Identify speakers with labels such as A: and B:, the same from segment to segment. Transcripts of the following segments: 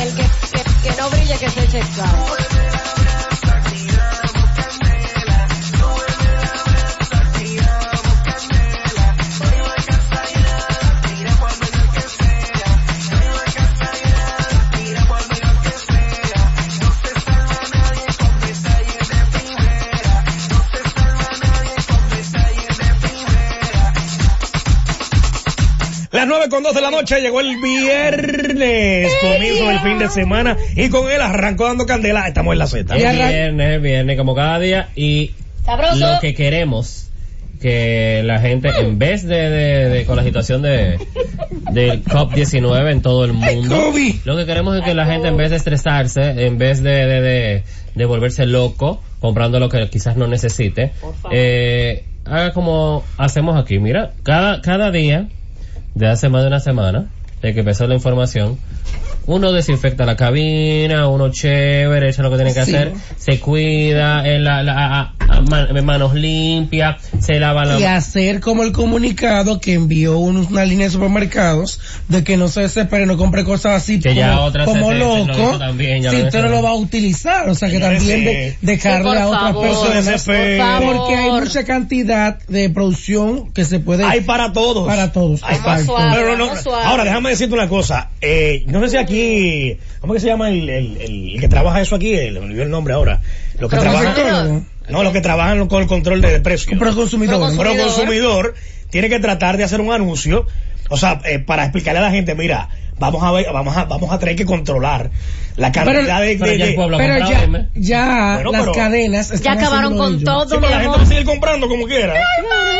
A: El que, que- que no brille, que se eche el clavo.
B: Las 9 con 2 de la noche llegó el viernes, comienzo del fin de semana y con él arrancó dando candela. Estamos en la Z.
C: Es viernes, es viernes, como cada día. Y
A: Sabroso.
C: lo que queremos, que la gente, en vez de, de- de- con la situación de del COP19 en todo el mundo,
B: Kobe.
C: lo que queremos es que la gente, en vez de estresarse, en vez de, de, de- de volverse loco, comprando lo que quizás no necesite, eh, haga como hacemos aquí. Mira, cada, cada día, de hace más de una semana, de que empezó la información, uno desinfecta la cabina, uno chévere, echa lo que tiene que hacer, se cuida, eh, la- la- a- a- a- man- eh, manos limpias, se lava la
D: y hacer como el comunicado que envió un- una línea de supermercados de que no se desespere, no compre cosas así
C: Que
D: como,
C: ya otras
D: como
C: se- se- se lo
D: loco
C: hizo también, ya
D: si
C: lo
D: usted
C: hizo.
D: no lo va a utilizar, o sea que
B: Señores,
D: también
B: sí.
D: de,
A: Sí,
D: dejarle
A: por
D: a otras
A: favor,
D: personas
B: por
A: favor.
D: porque hay mucha cantidad de producción que se puede
B: Hay para todos.
D: para todos.
B: Hay
A: Vamos
B: para
A: suave,
B: Pero no-
A: vamos suave.
B: Ahora, déjame decirte una cosa. Eh, no sé si aquí, ¿cómo que se llama el, el- el- el que trabaja eso aquí? El, me olvidó el nombre ahora. Los que
A: Pero
B: trabajan,
A: consumidor.
B: no, los que trabajan con el control de precios.
D: Pero consumidor.
A: Pero
B: Pero consumidor tiene que tratar de hacer un anuncio, o sea, eh, para explicarle a la gente, mira, vamos a ver, vamos a, vamos a tener que controlar la cantidad de,
C: pero
B: de-
C: ya el
B: de-
C: pueblo-
D: Pero
C: comprado,
D: ya,
C: dime.
D: ya
B: Bueno,
D: las
B: pero-
D: cadenas
A: Ya
D: están
A: acabaron
D: haciendo
A: con
D: ello.
B: Sí,
A: todo,
B: pero
A: mi
B: la gente
A: amor.
B: va a seguir comprando como quiera.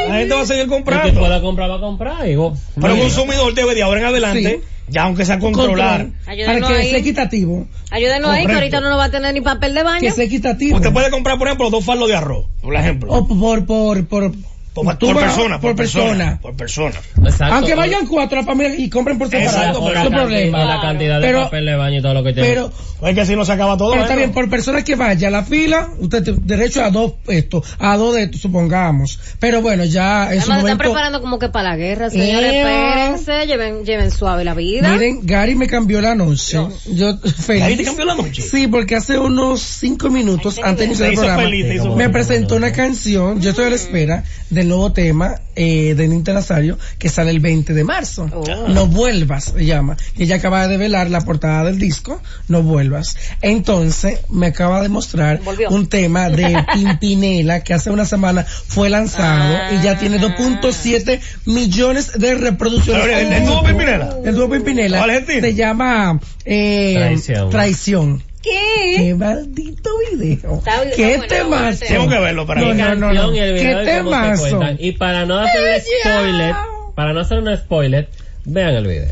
B: La gente va a seguir
C: El que
B: comprando.
C: pueda comprar va a comprar. y vos-
B: Pero el
C: Mira.
B: consumidor debe de ahora en adelante, ya aunque sea controlar.
D: Control. para
A: Ayúdenos
D: que
A: ahí.
D: sea equitativo,
A: Ayúdenos ahí, que
B: Correcto.
A: ahorita no nos va a tener ni papel de baño.
D: que sea equitativo.
B: Usted puede comprar, por ejemplo, dos fardos de arroz, por ejemplo.
D: O por, por, por,
B: por,
D: tú
B: por
D: vas-
B: persona,
D: por persona.
B: Por persona.
C: Exacto.
D: Aunque vayan cuatro a familia y compren por
C: Exacto,
D: separado,
C: por
D: no
C: la,
D: hay
C: cantidad-
D: problema.
C: la cantidad de
D: Pero-
C: papel de baño y todo lo que tiene.
D: Pero,
B: Pues Es que si no se acaba todo.
D: pero está
B: bueno.
D: bien, por personas que vaya a la fila, usted tiene derecho a dos esto, a dos de esto, supongamos. Pero bueno, ya en su
A: Además, se están
D: momento,
A: preparando como que para la guerra, señores.
D: Ea.
A: Espérense, lleven, lleven suave la vida.
D: miren, Gary me cambió la noche. Yo, feliz.
B: Ahí te cambió la noche.
D: Sí, porque hace unos cinco minutos antes de iniciar
B: Te
D: el
B: hizo
D: programa,
B: feliz, te hizo
C: Me
B: feliz.
D: me presentó una canción, yo estoy
A: Mm.
D: a la espera del nuevo tema eh, de Nita Nazario que sale el 20 de marzo.
A: Oh.
D: No vuelvas, se llama. Ella acaba de velar la portada del disco, No vuelvas. Entonces, me acaba de mostrar
A: Volvió.
D: un tema de Pimpinela que hace una semana fue lanzado y ya
A: Ah.
D: tiene 2.7 millones de reproducciones. Oh.
B: Pero, ¿el- el dúo Pimpinela?
D: El dúo Pimpinela.
B: ¿Cuál es el tío?
D: Se llama eh,
C: Traición.
D: Traición.
A: ¿Qué?
D: Qué maldito video.
A: Está bien,
D: Qué
A: está bueno,
D: temazo.
A: bueno.
B: Tengo que verlo para
D: No,
B: ver.
C: canción y el
D: ¿Qué
C: video y cómo se
D: temazo?
C: cuentan. Y para no hacer spoiler, para no hacer un spoiler, vean el video.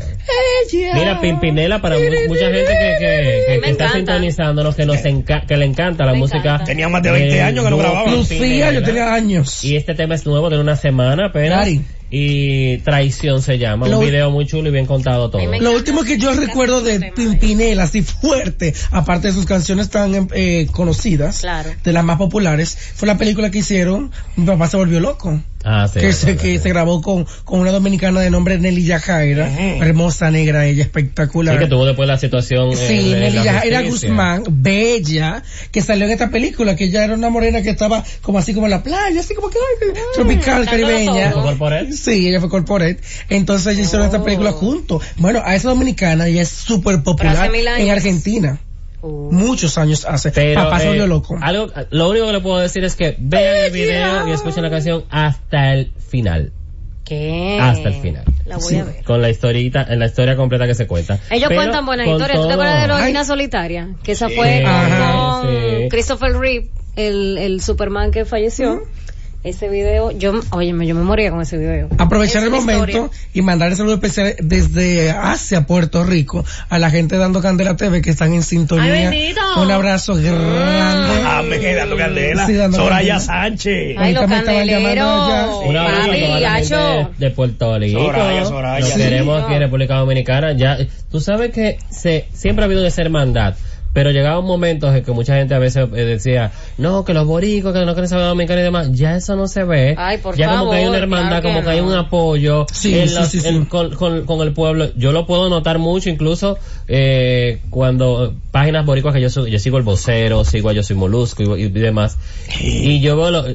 D: Ella.
C: Mira, Pimpinela, para mu- mucha gente que, que, que-
A: Me
C: que está
A: encanta.
C: sintonizándonos, que, nos enca- que le encanta la
A: Me
C: música.
A: encanta.
B: Tenía más de 20 años que no
C: Grupo
B: grababa.
C: Pimpinela.
D: Lucía, yo tenía años.
C: Y este tema es nuevo, tiene una semana apenas.
D: Gary.
C: y Traición se llama.
D: Lo-
C: Un video muy chulo y bien contado todo.
A: A mí me-
D: Lo último que yo recuerdo de Pimpinela, así fuerte, aparte de sus canciones tan eh, conocidas,
A: Claro.
D: de las más populares, fue la película que hicieron Mi papá se volvió loco,
C: Ah, sí.
D: que,
C: es
D: se,
C: verdad.
D: que se grabó con, con una dominicana de nombre Nelly Yajaira,
B: Ujú.
D: hermosa negra ella,
C: Sí,
D: espectacular.
C: que tuvo después la situación. eh,
D: Sí,
C: de
D: Nelly
C: la
D: Yajaira
C: justicia.
D: Guzmán, bella, que salió en esta película, que ella era una morena que estaba como así como en la playa, así como que
A: Mm,
D: ay, tropical,
A: sacando
D: caribeña.
C: ¿Fue corporal?
D: Sí, ella fue corporate. Entonces ellos hicieron esta película juntos. Bueno, a esa dominicana ella es súper
A: Oh. Pero
D: popular
A: hace mil años.
D: en Argentina.
A: Uh.
D: Muchos años hace.
C: Pero,
D: Papá se
C: eh,
D: volvió loco.
C: Algo, lo único que le puedo decir es que vean el video y escuchen la canción hasta el final.
A: ¿Qué?
C: Hasta el final.
A: La voy
D: Sí.
A: a ver.
C: Con la historita, en la historia completa que se cuenta.
A: Ellos
C: Pero
A: cuentan buenas
C: con
A: historias. ¿Tú te
C: todo-
A: acuerdas de la
D: Ay.
A: Orina Solitaria? Que esa fue
D: Ajá,
A: con
C: sí.
A: Christopher Reeve, el, el Superman que falleció. Ese video, yo, oye, yo me moría con ese video.
D: Aprovechar
A: Es
D: el
A: una
D: momento
A: historia.
D: y mandar el saludo especial desde Asia, Puerto Rico, a la gente de Dando Candela TV que están en sintonía.
A: Ay, bendito.
D: Un abrazo grande.
B: Amén, Ah, dando candela.
D: Sí, dando
B: Soraya
D: candela.
B: Sánchez.
A: Ay, los
D: Ahorita me estaban
A: candeleros.
D: llamando
C: Un abrazo a toda
A: Papi,
C: la gente
A: Hacho.
C: de, de Puerto Rico.
B: Soraya, Soraya.
C: Lo
B: Sí.
C: queremos aquí en República Dominicana. Ya, eh, tú sabes que se, siempre ha habido esa hermandad. Pero llegaban momentos en que mucha gente a veces eh, decía, no, que los boricos, que no quieren saber dominicano y demás, ya eso no se ve.
A: Ay, por
C: ya como
A: favor,
C: que hay una hermandad,
A: claro que
C: como que hay
A: no.
C: un apoyo
D: Sí,
C: en
D: sí,
C: los-
D: sí, sí.
C: en- con, con- con el pueblo. Yo lo puedo notar mucho, incluso eh, cuando páginas boricuas que yo, su- yo sigo el vocero, sigo a Yo Soy Molusco y, y demás, y yo veo lo-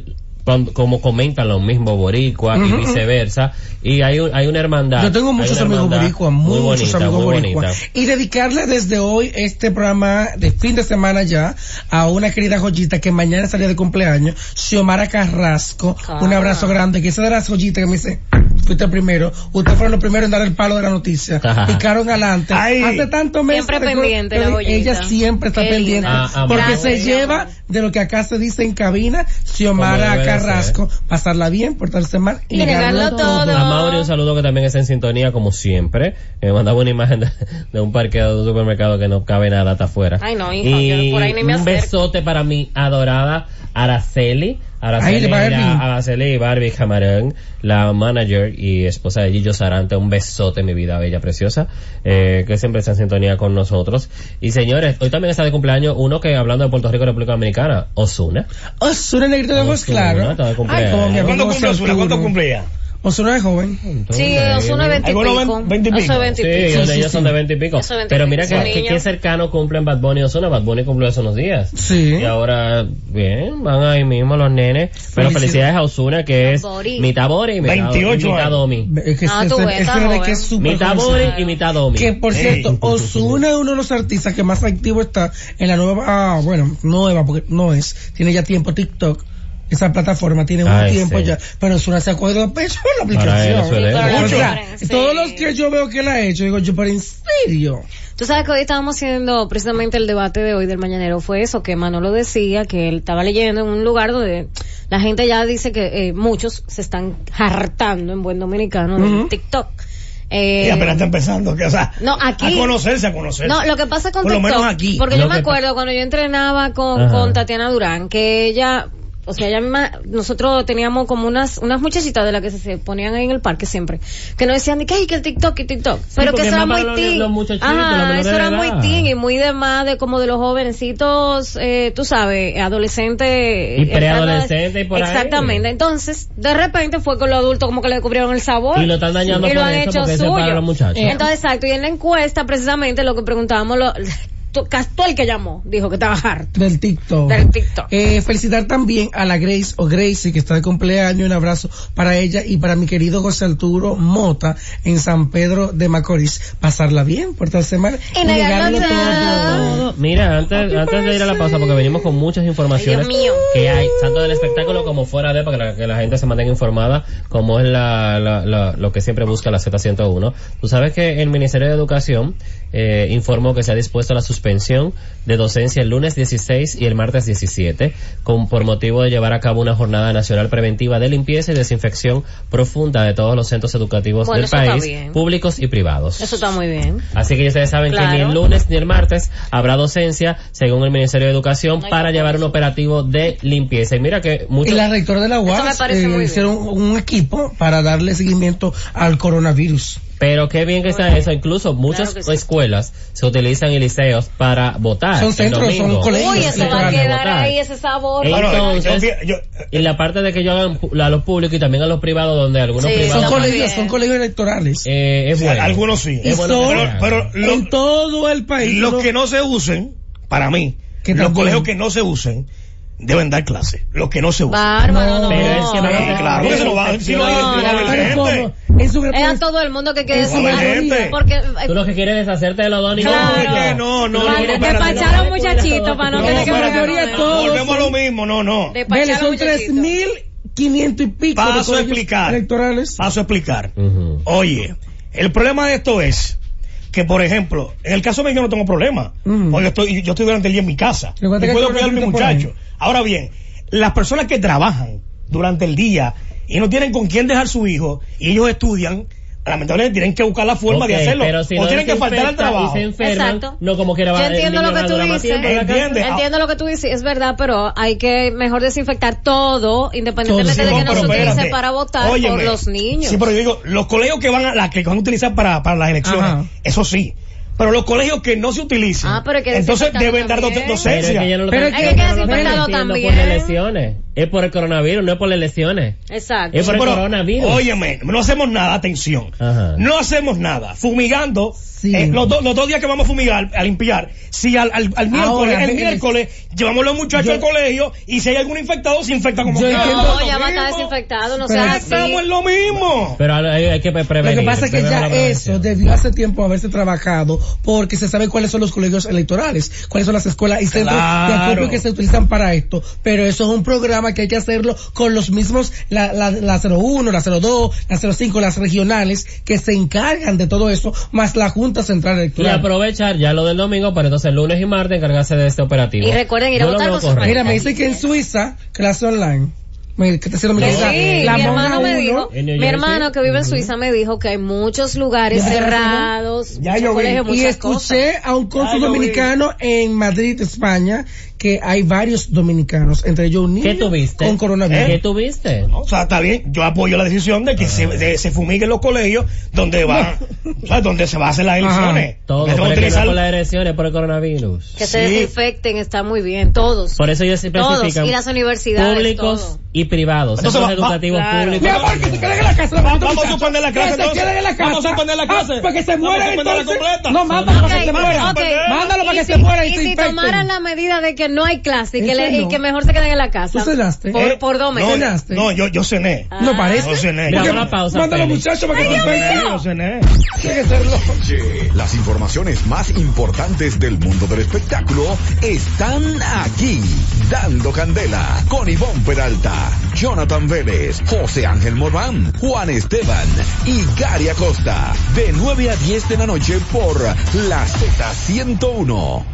C: cuando- como comentan los mismos boricuas y viceversa, y hay, un- hay una hermandad.
D: Yo tengo
C: hay
D: muchos
C: una
D: amigos
C: hermandad
D: boricuas,
C: muy
D: muchos
C: bonita,
D: amigos
C: muy
D: boricua.
C: bonita.
D: Y dedicarle desde hoy este programa de fin de semana ya a una querida joyita que mañana sale de cumpleaños, Xiomara Carrasco. Un
A: Ah.
D: abrazo grande, que esa de las joyitas que me dice, fuiste primero, usted fue lo primero en dar el palo de la noticia.
C: Ajá.
D: Y Caro Galante.
B: Ay.
D: Hace tanto meses.
A: Siempre
D: recuerdo
A: pendiente
D: que
A: la joyita.
D: Ella siempre está
A: Qué
D: pendiente.
A: linda.
C: Ah,
D: porque
C: amor.
D: se
A: Bravo,
D: lleva
A: amor.
D: de lo que acá se dice en cabina,
C: Como
D: Xiomara
C: debe de ser.
D: Carrasco. Pasarla bien, portarse mal y,
A: Y negarlo todo.
C: A Mauri un saludo que también está en sintonía como siempre. Me mandaba una imagen de, de un parqueado de un supermercado que no cabe nada hasta afuera.
A: Ay, no, hija, yo por ahí ni me
C: un
A: acerco.
C: besote para mi adorada Araceli.
D: Ay,
C: Araceli,
D: de Barbie.
C: era Araceli Barbie Camarón, la manager y esposa de Gillo Sarante. Un besote, mi vida bella, preciosa, eh, que siempre está en sintonía con nosotros. Y señores, hoy también está de cumpleaños uno que hablando de Puerto Rico y República Dominicana, Osuna.
D: Osuna Ah, Negrito de voz,
C: Ozuna,
D: claro.
C: está de cumpleaños.
D: Ay, como mi
B: ¿Cuánto
D: amigo
B: cumple Osuna? ¿Cuánto cumple ella?
D: Osuna es joven.
A: Sí, Osuna 20 y
B: Algunos
A: pico.
B: 20 y pico.
A: Osuna 20
C: Sí,
A: y pico.
C: ellos
D: sí,
C: ellos
D: sí.
C: son de 20 y pico.
A: Eso 20 y
C: Pero
A: pico,
C: mira que,
A: sí.
C: que- qué cercano cumplen Bad Bunny y Ozuna. Bad Bunny cumplió hace unos días.
D: Sí.
C: Y ahora, bien, van ahí mismo los nenes. Pero
D: Felicidades.
C: felicidades a Ozuna que es
A: Bori.
C: mitad Bori y mitad,
B: 28
C: mitad
B: años.
C: Domi.
D: Es que este
A: Ah,
D: se-
A: tú
D: se-
A: ves,
D: es
A: está
D: verdad que
A: joven.
D: es súper
C: Mitad
D: joven.
C: Bori y mitad Domi.
D: Que por
B: Ey.
D: cierto, Osuna es uno de los artistas que más activo está en la nueva, ah, bueno, nueva, porque no es, tiene ya tiempo TikTok. Esa plataforma tiene un
C: Ay,
D: tiempo
C: sí.
D: ya, pero Osuna se ha cogido pecho en la
C: Para él, eso
D: aplicación.
C: es de él.
A: Claro,
D: O sea,
A: claro, sí.
D: todos los que yo veo que la ha hecho, digo yo, pero en serio.
A: Tú sabes que hoy estábamos haciendo precisamente el debate de hoy del mañanero fue eso, que Manolo decía que él estaba leyendo en un lugar donde la gente ya dice que eh, muchos se están hartando en buen dominicano en
D: Ujú.
A: TikTok. Eh,
B: Y apenas está empezando, que, o sea,
A: No, aquí-
B: a conocerse, a conocerse.
A: no, lo que pasa con
B: Por lo
A: TikTok,
B: menos aquí.
A: porque
C: Lo
A: yo me
C: que pa-
A: acuerdo cuando yo entrenaba con,
C: Ajá.
A: con Tatiana Durán, que ella, o sea, ella misma, nosotros teníamos como unas, unas muchachitas de las que se, se ponían ahí en el parque siempre, que nos decían, que ay, que el TikTok, y TikTok, pero
C: porque
A: que eso era
C: más
A: muy
C: para los-
A: teen.
C: los muchachitos, los
A: Ajá,
C: menores
A: eso
C: de
A: era muy
C: edad.
A: teen y muy de más de como de los jovencitos, eh, tú sabes, adolescentes. eh,
C: preadolescentes y por ahí.
A: Exactamente. Entonces, de repente fue con los adultos como que le descubrieron el sabor.
C: Y lo están dañando
A: y lo
C: por
A: han
C: eso,
A: hecho
C: porque eso es para
A: suyo. Eh,
C: los muchachos.
A: Entonces, Exacto, y en la encuesta precisamente lo que preguntábamos, lo, to- casi todo el que llamó dijo que estaba harto.
D: Del TikTok.
A: Del TikTok.
D: Eh, felicitar también a la Grace o Gracie que está de cumpleaños. Un abrazo para ella y para mi querido José Arturo Mota en San Pedro de Macorís. Pasarla bien, portarse mal
A: Y negarlo todo.
C: Todo. Mira, antes, antes de ir a la pausa, porque venimos con muchas informaciones
A: Ay, Dios mío.
C: que hay, tanto del espectáculo como fuera de, para que la, que la gente se mantenga informada, como es la, la- la- lo que siempre busca la Z101. Tú sabes que el Ministerio de Educación eh, informó que se ha dispuesto a la suspensión suspensión de docencia el lunes 16 y el martes 17, con, por motivo de llevar a cabo una jornada nacional preventiva de limpieza y desinfección profunda de todos los centros educativos
A: Bueno,
C: del
A: eso está
C: país,
A: bien.
C: públicos y privados.
A: Eso está muy bien.
C: Así que ya ustedes saben que ni
A: Claro.
C: el lunes ni el martes habrá docencia, según el Ministerio de Educación,
A: No hay
C: para
A: que
C: llevar un operativo de limpieza. Y mira que
D: Y
C: muchos...
D: la rectora de la
A: me
D: UAS
A: parece
D: eh,
A: muy bien.
D: hicieron un equipo para darle seguimiento al coronavirus.
C: Pero qué bien que está eso. Incluso muchas
A: Claro que sí.
C: escuelas se utilizan y liceos para votar.
D: Son
C: el
D: centros, son
C: domingo.
D: colegios.
A: Uy, eso va a
D: electorales.
A: quedar
C: Votar. Eh,
A: ahí ese sabor.
C: Ey,
B: No, no,
C: Entonces-
B: yo fui- yo-
C: Y la parte de que yo hagan pu- a los públicos y también a los privados, donde algunos
A: Sí,
D: Son
A: Está
C: privados...
A: muy
D: colegios,
A: bien.
D: son colegios electorales.
C: eh, es
B: o sea,
C: bueno.
B: algunos sí.
D: Y
C: es bueno que
D: son-
C: se haga.
B: Pero lo-
D: en todo el país.
B: los
D: ¿no?
B: que no se usen, para mí,
D: Que
B: los
D: también.
B: colegios que no se usen deben dar clases. Los que no se usen.
A: Bárbaro, no.
D: No,
C: pero es que no-
B: Sí,
D: Ah,
B: claro que se lo van a si no hay-
A: No,
B: no va a haber
A: no,
D: Pero
B: gente.
D: ¿cómo? En su
A: Es a
D: representación-
A: todo el mundo que quiere
B: Eso
A: decir
B: es
A: algo.
B: gente.
A: Porque... eh,
C: Tú lo que quieres es deshacerte de los dos niños.
A: Claro.
B: No, que no, no,
A: Vale,
B: no, no, para-
A: despachar a un muchachito para no,
D: No,
A: tener que
D: para-
A: pagar
D: teoría
A: nada.
D: todo. todos
B: Volvemos a lo
D: son-
B: mismo, no, no.
A: Despachar
D: Vélez,
A: a
D: son
A: un muchachito.
D: 3.500 y pico de
B: Paso a
D: colegios
B: explicar.
D: electorales.
B: Paso a explicar.
C: Ujú.
B: Oye, el problema de esto es que, por ejemplo, en el caso mío yo no tengo problema.
D: Mm.
B: Porque estoy, yo estoy durante el día en mi casa. Y
D: Lo que pasa es que
B: puedo
D: tú
B: cuidar a mi
D: gratuito por ahí.
B: muchacho. Ahora bien, las personas que trabajan durante el día y no tienen con quién dejar su hijo y ellos estudian, lamentablemente tienen que buscar la forma
C: Ok,
B: de hacerlo.
C: pero si
B: o
C: no
B: tienen que faltar al
C: desinfecta y
B: trabajo.
C: se enferman,
A: Exacto.
C: no como quiera va
A: Yo
C: el
A: entiendo
C: niño
A: lo que
C: va a
A: tú
C: durar más
A: dices.
C: tiempo en la casa.
B: ¿Entiendes? Ah.
A: Entiendo lo que tú dices, es verdad, pero hay que mejor desinfectar todo, independientemente
D: Todo,
A: de
D: sí,
A: que no se
B: pero
A: utilice
B: espérate.
A: para votar por
B: Óyeme.
A: los niños.
B: Sí, pero yo digo, los colegios que van a, las que van a utilizar para, para las elecciones,
D: Ajá.
B: eso sí. Pero los colegios que no se utilizan,
A: Ah, pero hay que
B: entonces
A: desinfectarlo
B: deben dar doc-
A: también.
C: Pero es
B: docencia.
C: que yo no lo
D: Pero
C: tengo-
D: es
C: yo
D: que-
C: no lo
D: hay que
C: tengo
A: desinfectarlo
C: entiendo por
A: también.
C: las lesiones. Es por el coronavirus, no es por las lesiones.
A: Exacto.
C: Es por el
B: Pero,
C: coronavirus.
B: Óyeme, no hacemos nada, atención.
C: Ajá.
B: No hacemos nada. Fumigando,
D: Sí.
B: eh, los, dos- los dos días que vamos a fumigar, a limpiar, si al, al, al miércoles,
D: Ahora,
B: el
D: ves.
B: miércoles, llevamos los muchachos
D: Yo-
B: al colegio y si hay algún infectado, se infecta como
D: Yo
B: que-
D: entiendo-
B: Ah,
A: No,
B: lo
A: ya va a estar
B: mismo.
A: desinfectado, no
D: Pero
A: sea
B: Estamos en
A: así.
B: lo mismo.
C: Pero hay, hay que pre- prevenir.
D: Lo que pasa es que
C: primero
D: ya
C: la prevención.
D: eso debió hace tiempo haberse trabajado porque se sabe cuáles son los colegios electorales, cuáles son las escuelas y centros de
B: Claro.
D: acopio que se utilizan para esto. Pero eso es un programa que hay que hacerlo con los mismos, la, la, la 01, la 02, la 05, las regionales que se encargan de todo eso, más la Junta Central
C: Y
D: Electoral.
C: aprovechar ya lo del domingo, pero entonces el lunes y martes encargarse de este operativo.
A: Y recuerden ir a
C: Yo lo
A: votar
C: veo
A: con sus
C: correcto.
D: Mira, me dice que en Suiza, clase online. Me, que te hicieron mi
A: Que
D: casa.
A: sí,
D: La
A: mi
D: monja
A: hermano me
D: uno,
A: dijo,
C: En New
A: mi
C: Jersey.
A: hermano que vive en Suiza me dijo que hay muchos lugares
D: Ya, ya, ya, ya.
A: cerrados,
B: Ya
A: muchos
B: yo vi.
A: colegios,
D: Y
A: muchas cosas.
D: escuché a un cónsul
B: Ya lo vi.
D: dominicano en Madrid, España, que hay varios dominicanos, entre ellos un niño
C: ¿Qué tuviste? ¿Eh?
D: con coronavirus.
C: ¿Qué tuviste?
B: O sea, está bien, yo apoyo la decisión de que se,
C: Ah.
B: de- se fumiguen los colegios donde va, o sea, donde se va a hacer las
D: Ajá.
B: elecciones.
C: Todo,
B: Donde se
C: pero
B: va a
C: que no
B: utilizar-
C: es por las elecciones, es por el coronavirus.
A: Que se
B: Sí.
A: desinfecten, está muy bien, todos.
C: Por eso ellos se
A: Todos,
C: especifican
A: y las universidades,
C: públicos
A: todo.
C: y privados,
B: Entonces
C: centros
B: va- va-
C: educativos
A: claro.
C: públicos.
D: Mi amor, que se queden en la casa. los
B: Vamos- vamos a
D: muchachos.
B: suspender la clase,
D: Que se
B: entonces.
D: queden en la casa.
B: Vamos a suspender la clase.
D: Ah, para que se
B: Vamos a
D: mueran
B: suspenderla
D: entonces.
B: completa. Eh,
D: No, mándalo para
A: Ok,
D: que se mueran.
A: ok.
D: Mándalo para
A: Y
D: que
A: si-
D: se mueran y,
A: Y
D: se
A: si
D: infecten.
A: tomaran la medida de que no hay clase y que,
D: Eso
A: le- y
D: no.
A: que mejor se queden en la casa.
D: ¿Tú cenaste?
A: Por,
B: Eh,
A: por dos meses.
B: No,
D: Cenaste.
B: no, yo, yo cené.
A: Ah,
D: ¿No parece?
B: Yo cené.
C: Mira,
B: Yo-
C: una pausa,
D: Mándalo a los
C: Félix.
D: muchachos para que se
B: yo cené,
D: infecten.
B: yo cené.
D: Tiene que serlo.
E: Las informaciones más importantes del mundo del espectáculo están aquí. Dando Candela con Ivonne Peralta, Jonathan Vélez, José Ángel Morván, Juan Esteban y Gary Acosta. De 9 a 10 de la noche por la Z101.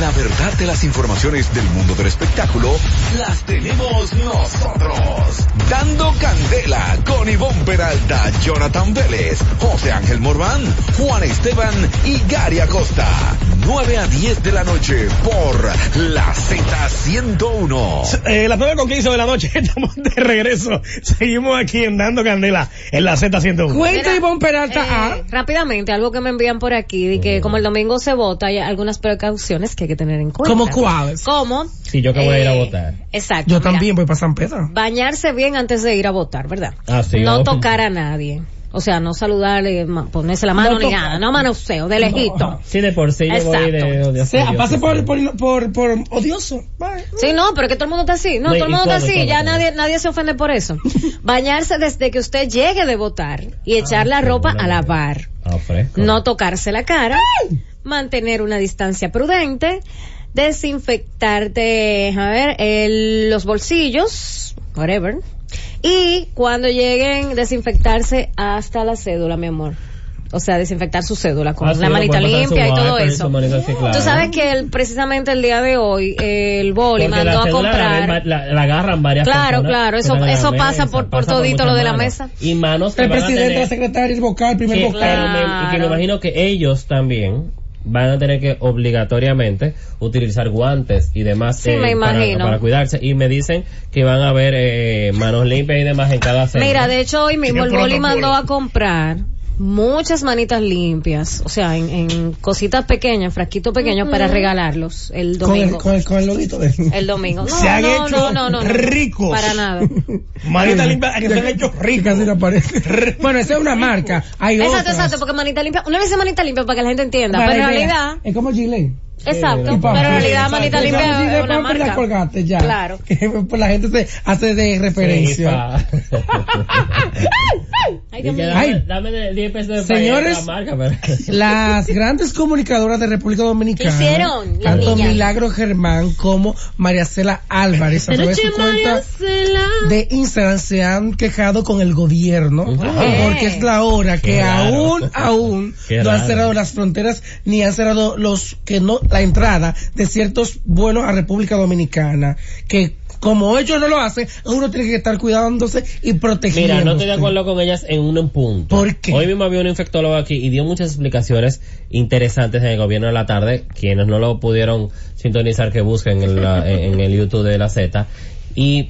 E: La verdad de las informaciones del mundo del espectáculo las tenemos nosotros. Dando candela con Ivonne Peralta, Jonathan Vélez, José Ángel Morván, Juan Esteban y Gary Acosta. 9 a 10 de la noche por la Z101.
B: Eh, las 9 con 15 de la noche estamos de regreso. Seguimos aquí en Dando Candela en la Z101.
D: Cuenta
A: Mira,
D: Ivonne Peralta Ah.
A: eh,
D: A.
A: Rápidamente, algo que me envían por aquí, de
C: Oh.
A: que como el domingo se vota, hay algunas precauciones que hay que tener en cuenta.
D: ¿Cómo cuáles?
A: Como.
C: Sí, yo que voy a ir a
A: Eh,
C: votar.
A: Exacto.
D: Yo
A: mira,
D: también voy para San Pedro.
A: Bañarse bien antes de ir a votar, ¿verdad?
C: Ah, sí,
A: no
C: yo-
A: tocar a nadie. O sea, no saludarle, ma- ponerse la mano
D: No
A: ni
D: tocar.
A: nada, no manoseo, de lejito.
D: No, ajá.
C: Sí, de por sí yo voy de, de
A: Exacto.
C: odioso,
D: Sea, pase
C: odioso,
D: por,
C: sí.
D: por, por, por odioso. Bye.
A: Sí, no, pero es que todo el mundo está así. No,
C: No, y-
A: todo el
C: y
A: mundo está
C: todo,
A: así.
C: todo,
A: ya
C: todo.
A: nadie nadie se ofende por eso. Bañarse desde que usted llegue de votar y echar la
C: qué
A: ropa
C: buena
A: a
C: idea.
A: lavar.
C: Ah, fresco.
A: No tocarse la cara. Mantener una distancia prudente. Desinfectarte, a ver, el- los bolsillos, whatever. Y cuando lleguen, desinfectarse hasta la cédula, mi amor. O sea, desinfectar su cédula con
C: Ah,
A: la
C: sí, lo
A: manita
C: pueden pasar en su
A: limpia y todo
C: wiper, en su
A: eso.
C: manita, sí, claro.
A: Tú sabes que el- precisamente el día de hoy eh, el boli
C: Porque
A: mandó
C: la
A: a
C: cédula La,
A: comprar.
C: ven- la- la agarran varias
A: Claro,
C: personas,
A: claro, eso-
C: ponen en la
A: eso
C: mesa,
A: pasa por- por todito
C: muchas
A: lo de la
C: manos.
A: mesa.
C: Y manos que
D: El
C: van a
D: presidente, la
C: tener-
D: secretaria, el vocal, el primer
C: que-
D: vocal.
C: y que me imagino que ellos también van a tener que obligatoriamente utilizar guantes y demás
A: Sí,
C: eh,
A: me
C: para-
A: imagino.
C: Para, cuidarse y me dicen que van a haber eh, manos limpias y demás en cada celda.
A: Mira, de hecho hoy mismo
B: Tiene
A: el
B: un
A: boli
B: protocolo.
A: mandó a comprar muchas manitas limpias, o sea, en, en cositas pequeñas, en frasquitos pequeños para regalarlos el
D: Con el,
A: domingo.
D: con, el, con el loguito de...
A: El domingo. No,
B: Se han
A: no,
B: hecho
A: no, no, no, no.
B: ricos.
A: Para nada.
B: Manita limpia, que se han hecho
D: Que
B: ricos.
D: casi no aparece. Bueno, esa es una marca. Hay
A: Exacto,
D: otras.
A: exacto, porque manita limpia, uno le dice manita limpia para que la gente entienda,
D: Para
A: pero en
D: que veas.
A: realidad,
D: Es como Gillette.
A: exacto,
D: Y
A: pero
D: para-
A: en realidad manita
D: Exacto, ya
A: limpia es
D: Gillette,
A: una
D: pero la
A: marca.
D: colgaste ya.
A: Claro.
D: Que pues, la gente se hace de referencia.
C: Sí, pa.
A: Ay,
C: Y
A: Dios
C: que
A: mío.
C: dame, dame de 10 pesos de
D: Señores,
C: pa- la marca, pero-
D: Las grandes comunicadoras de República Dominicana.
A: ¿Qué hicieron las
D: Tanto
A: niñas?
D: Milagro Germán como María Cela Álvarez. A través de su cuenta de Instagram se han quejado con el gobierno. Porque es la hora que
C: Eh. Qué raro.
D: aún, aún
C: Qué
D: no han
C: raro.
D: cerrado las fronteras ni han cerrado los que no, la entrada de ciertos vuelos a República Dominicana. Que como ellos no lo hacen, uno tiene que estar cuidándose y protegiéndose.
C: Mira, no estoy de acuerdo con ellas en un punto.
D: ¿Por qué?
C: Hoy mismo había un infectólogo aquí y dio muchas explicaciones interesantes en el gobierno de la tarde. Quienes no lo pudieron sintonizar, que busquen en, la- en el YouTube de la Z. Y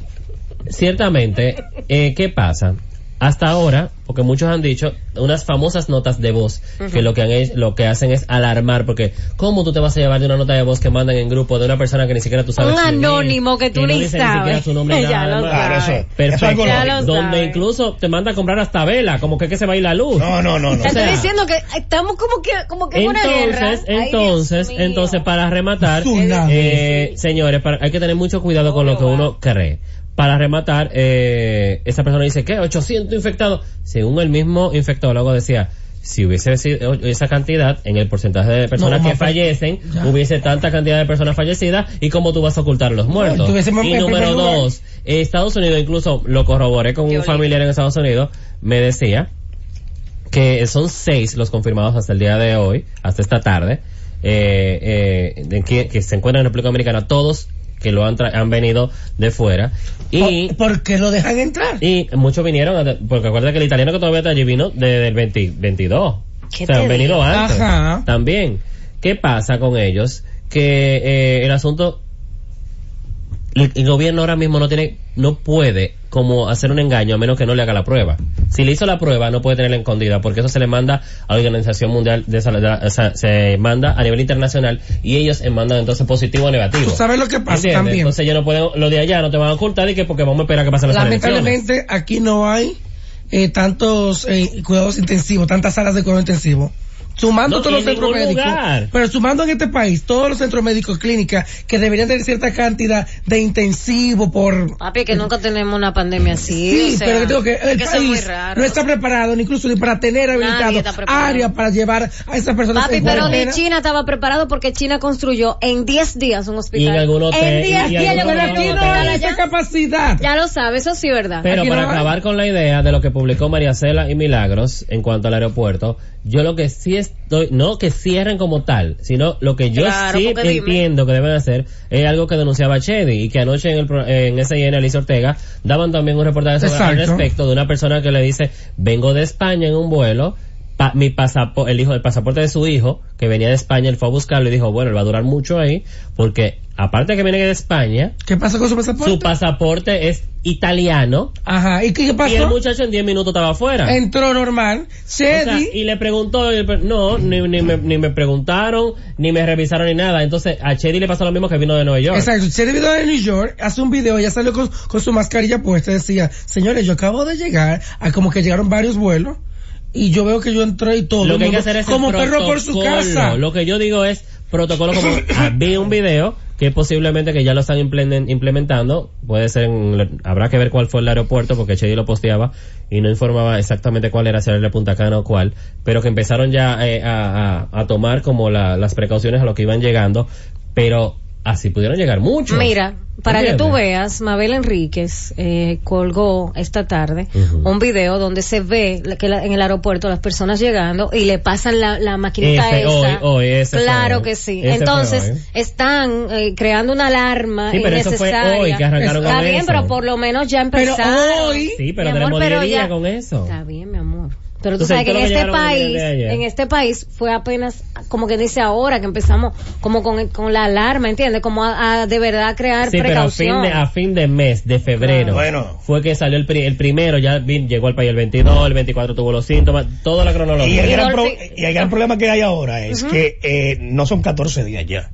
C: ciertamente, eh, ¿qué pasa? Hasta ahora, porque muchos han dicho unas famosas notas de voz que lo que han hecho- lo que hacen es alarmar porque cómo tú te vas a llevar de una nota de voz que mandan en grupo de una persona que ni siquiera tú sabes
A: Un
C: quién es,
A: anónimo que tú ni
C: dice
A: sabes.
C: siquiera su nombre ni
A: Ya
C: nada
A: lo
C: más?
B: Claro, eso.
A: Ay.
B: eso es
C: Perfecto.
B: algo
A: Ya lo
B: lógico.
C: Donde
A: sabe.
C: incluso te manda a comprar hasta vela, como que, es que se va a ir la luz.
B: No, no, no, no.
A: Te estoy
C: sea,
A: diciendo que estamos como que, como que en una guerra.
C: Entonces,
A: Ay, Dios
C: entonces,
A: mío.
C: entonces para rematar,
D: Tsunami.
C: eh, señores, para- hay que tener mucho cuidado con lo que uno cree. Para rematar, eh, esa persona dice que 800 infectados. Según el mismo infectólogo decía, si hubiese sido esa cantidad en el porcentaje de personas
D: No,
C: que
D: más-
C: fallecen,
D: Ya.
C: hubiese tanta cantidad de personas fallecidas y cómo tú vas a ocultar los muertos.
D: tuviésemos
C: y
D: en primer
C: número
D: lugar.
C: dos, eh, Estados Unidos incluso lo corroboré con un familiar en Estados Unidos, me decía que son seis los confirmados hasta el día de hoy, hasta esta tarde, eh, eh, de que, que se encuentran en República Dominicana, todos que lo han, tra- han venido de fuera. Y,
D: ¿Por, por qué lo dejan entrar?
C: y muchos vinieron, a- porque acuérdate que el italiano que todavía está allí vino desde el 20 22.
A: ¿Qué
C: o sea,
A: te
C: han venido antes.
D: Ajá.
C: También. ¿Qué pasa con ellos? Que eh, el asunto el, el gobierno ahora mismo no tiene, no puede como hacer un engaño a menos que no le haga la prueba. Si le hizo la prueba, no puede tenerla escondida porque eso se le manda a la Organización Mundial de Salud, de la- o sea, se manda a nivel internacional y ellos eh, mandan entonces positivo o negativo.
D: Tú sabes lo que pasa
C: ¿Entiendes?
D: también.
C: Entonces ellos no pueden, lo de allá no te van a ocultar y que porque vamos a esperar a que pasen las elecciones.
D: Lamentablemente aquí no hay eh, tantos eh, cuidados intensivos, tantas salas de cuidado intensivo. Sumando
C: No,
D: todos los
C: en
D: centros
C: ningún
D: médicos,
C: lugar.
D: pero sumando en este país todos los centros médicos clínicas que deberían tener cierta cantidad de intensivo por...
A: Papi, que nunca tenemos una pandemia así.
D: Sí,
A: o sea,
D: pero que digo que el
A: eso es muy
D: país
A: raro.
D: no está preparado, ni incluso ni para tener habilitado
A: está preparado.
D: área para llevar a esas personas
A: Papi,
D: en
A: pero ni
D: cuarentena.
A: China estaba preparado porque China construyó en 10 días un hospital.
C: Y en algún hotel,
A: En 10
C: y en
A: días yo
C: algún
D: Pero
A: construí
D: aquí
A: un
D: no
A: hospital
D: hay
A: allá.
D: esa capacidad.
A: Ya lo sabe, eso sí, ¿verdad?
C: Pero
D: Aquí
C: para
D: no hay.
C: acabar con la idea de lo que publicó María Cela y Milagros en cuanto al aeropuerto, yo lo que sí estoy, no que cierren como tal, sino lo que yo
A: Claro,
C: sí
A: porque dime.
C: entiendo que deben hacer es algo que denunciaba Chedi y que anoche en el pro- en SIN Alicia Ortega daban también un reportaje sobre al
D: Exacto.
C: respecto de una persona que le dice, vengo de España en un vuelo, pa- mi pasaporte, el hijo, el pasaporte de su hijo, que venía de España, él fue a buscarlo y dijo, bueno, él va a durar mucho ahí, porque aparte que viene de España,
D: ¿Qué pasó con su pasaporte?
C: su pasaporte es italiano,
D: Ajá, ¿y qué, qué
C: y el
D: pasó?
C: muchacho en 10 minutos estaba afuera.
D: Entró normal,
C: O
D: Chedi,
C: sea, y le preguntó, y le pre- no, ni, ni me, ni me preguntaron, ni me revisaron ni nada. Entonces a Chedi le pasó lo mismo que vino de Nueva York.
D: Exacto, Cherry Vidal de New York hace un video, ya salió con, con su mascarilla puesta, decía, señores, yo acabo de llegar, a como que llegaron varios vuelos, y yo veo que yo entré y todo.
C: Lo
D: el
C: que hay que
D: mundo
C: hacer es el
D: como perro por su
C: protocolo.
D: casa.
C: Lo que yo digo es protocolo como ah, vi un video que posiblemente que ya lo están implemen- implementando, puede ser en- habrá que ver cuál fue el aeropuerto porque Chedi lo posteaba y no informaba exactamente cuál era si era el de Punta Cana o cuál, pero que empezaron ya eh, a, a- a tomar como la- las precauciones a lo que iban llegando, pero así pudieron llegar muchos.
A: Mira, para que tú
C: Entiendo.
A: veas, Mabel Enríquez eh, colgó esta tarde
C: Ujú.
A: un video donde se ve la- que la- en el aeropuerto las personas llegando y le pasan la, la maquinita
C: Ese,
A: esa.
C: hoy, hoy, ese fue
A: claro
C: hoy.
A: que sí.
C: Ese fue
A: Entonces
C: hoy.
A: están eh, creando una alarma
C: Sí, pero eso fue
A: innecesaria.
C: hoy que arrancaron
A: Está
C: con
A: bien,
C: eso.
A: pero por lo menos ya
D: Pero
A: empezaron.
D: hoy,
C: Sí, pero
A: Mi amor,
C: tenemos
A: pero
C: 10 días
A: ya-
C: con eso.
A: Está bien, mi amor. Pero tú
C: Entonces,
A: sabes que
C: todo
A: en
C: lo que
A: este
C: llegaron el día
A: país,
C: de ayer.
A: en este país fue apenas, como que dice ahora, que empezamos como con, con la alarma, ¿entiendes? Como a, a de verdad crear
C: Sí, pero a
A: precaución.
C: fin, de, a fin de mes, de febrero,
B: Claro. Bueno.
C: fue que salió el, pri- el primero, ya vi- llegó al país el 22, el 24 tuvo los síntomas, toda la
B: Y
C: cronología.
B: el, gran
A: Dolphy-
B: pro- y el gran problema que hay ahora es que eh, no son 14 días ya.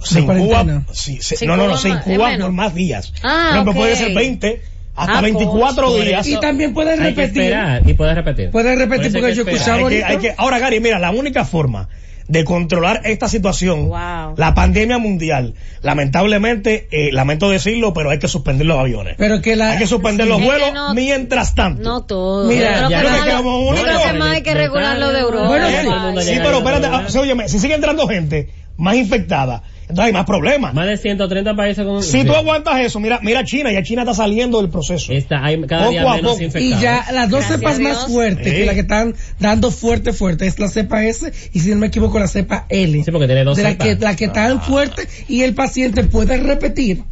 B: O sea,
D: ¿De
B: en Cuba,
D: cuarentena?
B: sí, se-
A: Sí,
B: no, no, no,
A: Cuba
B: sí, en
A: más- es
B: Cuba
A: menos.
B: no más días.
A: Ah,
B: Por ejemplo,
A: ok.
B: puede ser 20 hasta
A: Ah,
B: 24
C: por
B: días.
D: Y también pueden
C: Hay que
D: repetir.
C: esperar, y puedes repetir.
D: Pueden repetir
C: Por eso
D: porque
C: hay que
D: yo
C: esperar.
D: escuchaba
B: Hay que-
D: ahorita.
B: hay que- ahora, Gary, mira, la única forma de controlar esta situación,
A: Wow.
B: la pandemia mundial, lamentablemente, eh, lamento decirlo, pero hay que suspender los aviones.
D: Pero que la...
B: Hay que suspender los
A: Es que
B: vuelos
A: no-
B: mientras tanto.
A: No todo.
D: Mira,
A: yo creo
C: ya-
A: que,
C: creo que
A: más,
B: quedamos
A: yo creo
B: únicos.
A: que más hay que
C: De-
A: regular lo de Europa.
D: Bueno,
B: Eh,
D: sí.
C: Todo el mundo
B: sí,
C: llega
B: pero
C: a la
B: espérate,
C: normalidad.
B: ah, o sea, óyeme, si sigue entrando gente más infectada, entonces hay más problemas.
C: Más de 130 países con...
B: Si tú aguantas eso, mira, mira China, ya China está saliendo del proceso.
C: Está, hay cada
B: Poco
C: día
B: a
C: menos
B: poco.
D: Y
C: infectados.
D: ya las dos
A: Gracias
D: cepas
A: a
D: más
A: Dios.
D: fuertes,
B: Sí.
D: que la que están dando fuerte, fuerte, es la cepa S y si no me equivoco la cepa L.
C: Sí, porque tiene dos
D: de la
C: cepas. Ah.
D: que, la que están fuerte y el paciente puede repetir,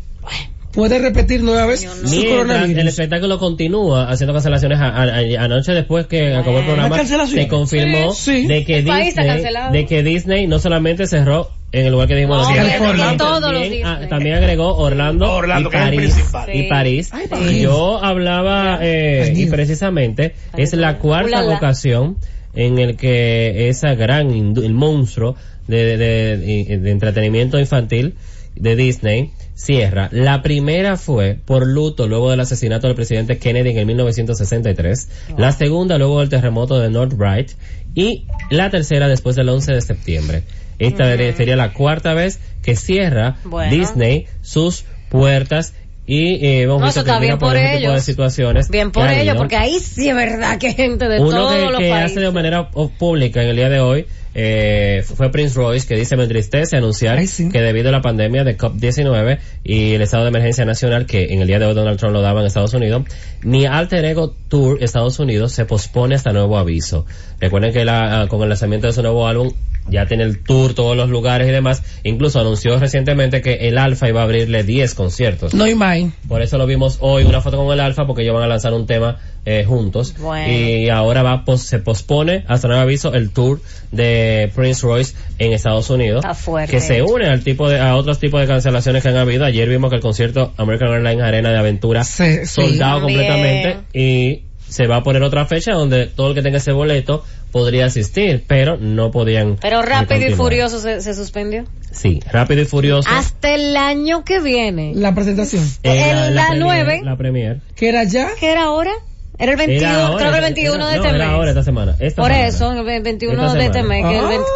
D: puede repetir nueva vez
A: Yo no.
D: su
C: Mientras el
D: coronavirus.
C: espectáculo continúa haciendo cancelaciones a- a- a- anoche después que acabó el
B: ¿Más
C: programa
B: cancelaciones?
C: se confirmó
D: Sí, sí.
C: de que
A: El país está
C: Disney
A: cancelado.
C: de que Disney no solamente cerró en el lugar que dijimos
A: No,
C: nosotros,
D: pero
C: también-
A: todos los
C: también,
A: Disney.
C: ah, también agregó Orlando,
B: Orlando,
C: y
B: que es el
C: París
B: principal.
A: Sí.
C: y París
D: Ay,
C: Y
D: París.
C: yo hablaba eh, y precisamente es la cuarta
A: Ulala.
C: vocación en el que esa gran indu- el monstruo de, de- de- de entretenimiento infantil de Disney cierra. La primera fue por luto luego del asesinato del presidente Kennedy en el 1963, la segunda luego del terremoto de North Wright y la tercera después del 11 de septiembre. Esta sería la cuarta vez que cierra
A: Bueno.
C: Disney sus puertas y eh, hemos
A: No,
C: visto
A: eso está
C: que mira
A: bien por
C: ese tipo de
A: ellos.
C: situaciones
A: Bien
C: que
A: por
C: ha
A: ello,
C: habido.
A: porque ahí sí es verdad que gente de
C: uno
A: todos
C: que,
A: los
C: que
A: países.
C: hace de manera o- pública en el día de hoy eh, fue Prince Royce que dice me entristece anunciar
D: Ay, sí.
C: que debido a la pandemia de COP19 y el estado de emergencia nacional que en el día de hoy Donald Trump lo daba en Estados Unidos mi alter ego tour Estados Unidos se pospone hasta nuevo aviso recuerden que la- ah, con el lanzamiento de su nuevo álbum ya tiene el tour todos los lugares y demás incluso anunció recientemente que el Alfa iba a abrirle 10 conciertos
D: No hay más.
C: por eso lo vimos hoy, una foto con el Alfa, porque ellos van a lanzar un tema eh, juntos.
A: Bueno.
C: Y ahora va pos- se pospone, hasta nuevo aviso, el tour de Prince Royce en Estados Unidos.
A: Está fuerte.
C: Que se une al tipo de, a otros tipos de cancelaciones que han habido. Ayer vimos que el concierto American Airlines Arena de Aventura
D: Se- sí.
C: soldado
A: También.
C: completamente y se va a poner otra fecha donde todo el que tenga ese boleto podría asistir, pero no podían.
A: Pero rápido y
C: continuar.
A: furioso Ah, se, se suspendió.
C: Sí, rápido y furioso.
A: Hasta el año que viene.
D: La presentación,
C: Eh,
A: el- la
C: premier-
A: nueve.
C: La premier.
D: que era ya,
A: ¿Qué era ahora? Era el 21,
C: Era ahora,
A: creo que el
C: era-
A: 21 de
C: no,
A: este
C: era
A: mes.
C: ahora, esta semana. esta
A: Por
C: semana.
A: eso, el 21
C: Esta
A: de este
C: semana.
A: mes. que el 20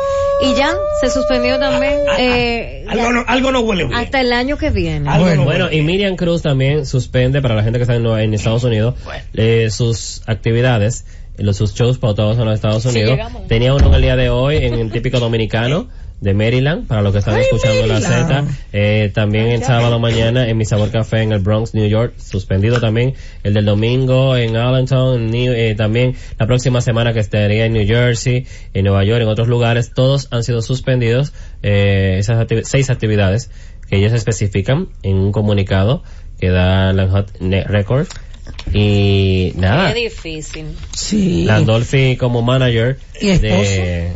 A: y ya se suspendió también
D: Ah,
A: eh,
B: Algo no, algo no huele bien.
A: hasta el año que viene.
B: Algo no
C: Bueno, y Miriam Cruz también suspende, para la gente que está en, Nueva- en Estados Unidos, eh, sus actividades, eh, los, sus shows pautados en los Estados Unidos.
A: llegamos.
C: Tenía uno en el día de hoy en el típico dominicano de Maryland, para los que están escuchando la Z. Eh, también el sábado mañana en Mi Sabor Café en el Bronx, New York, suspendido también. El del domingo en Allentown, en New- eh, también la próxima semana que estaría en New Jersey, en Nueva York, en otros lugares, todos han sido suspendidos, eh, esas activi- seis actividades que ellos especifican en un comunicado que da Hot Record.
D: Ah.
C: Y
A: Eh,
C: nada,
A: difícil.
D: sí,
C: Landolfi como manager
D: Y esposo.
C: de...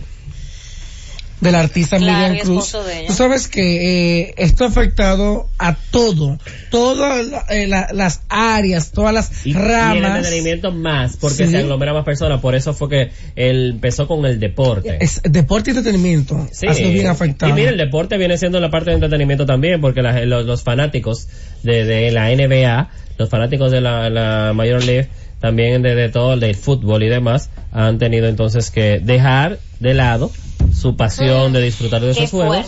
D: del artista
A: Claro, y
D: Miriam Cruz.
A: esposo de ella.
D: Tú sabes que eh, esto ha afectado a todo, todas la- eh, la- las áreas, todas las
C: y, y el
D: ramas.
C: entretenimiento más, porque
D: Sí.
C: se aglomera más personas. Por eso fue que él empezó con el deporte.
D: Es deporte y entretenimiento.
C: Sí.
D: Ha sido bien afectado.
C: Y mira, el deporte viene siendo la parte de entretenimiento también, porque la- los, los fanáticos de, de la NBA, los fanáticos de la, la Major League, también de, de todo, del fútbol y demás, han tenido entonces que dejar de lado su pasión de disfrutar de esos juegos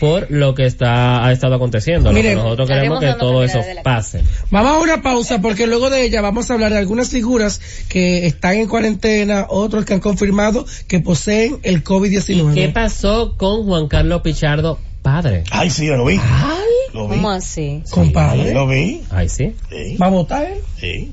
C: por lo que está ha estado aconteciendo. Lo que
D: Mire,
C: nosotros queremos
A: estaremos
C: que
A: dando
C: todo eso
A: calidad de la
C: pase.
D: Vamos a una pausa porque luego de ella vamos a hablar de algunas figuras que están en cuarentena, otros que han confirmado que poseen el
C: ¿Qué
D: COVID-19.
C: pasó con Juan Carlos Pichardo, padre?
B: Ay, sí, lo vi. Lo vi.
A: ¿Cómo así?
D: compadre.
B: Lo vi.
C: Ahí sí.
B: Sí,
D: ¿Va a votar él?
B: sí.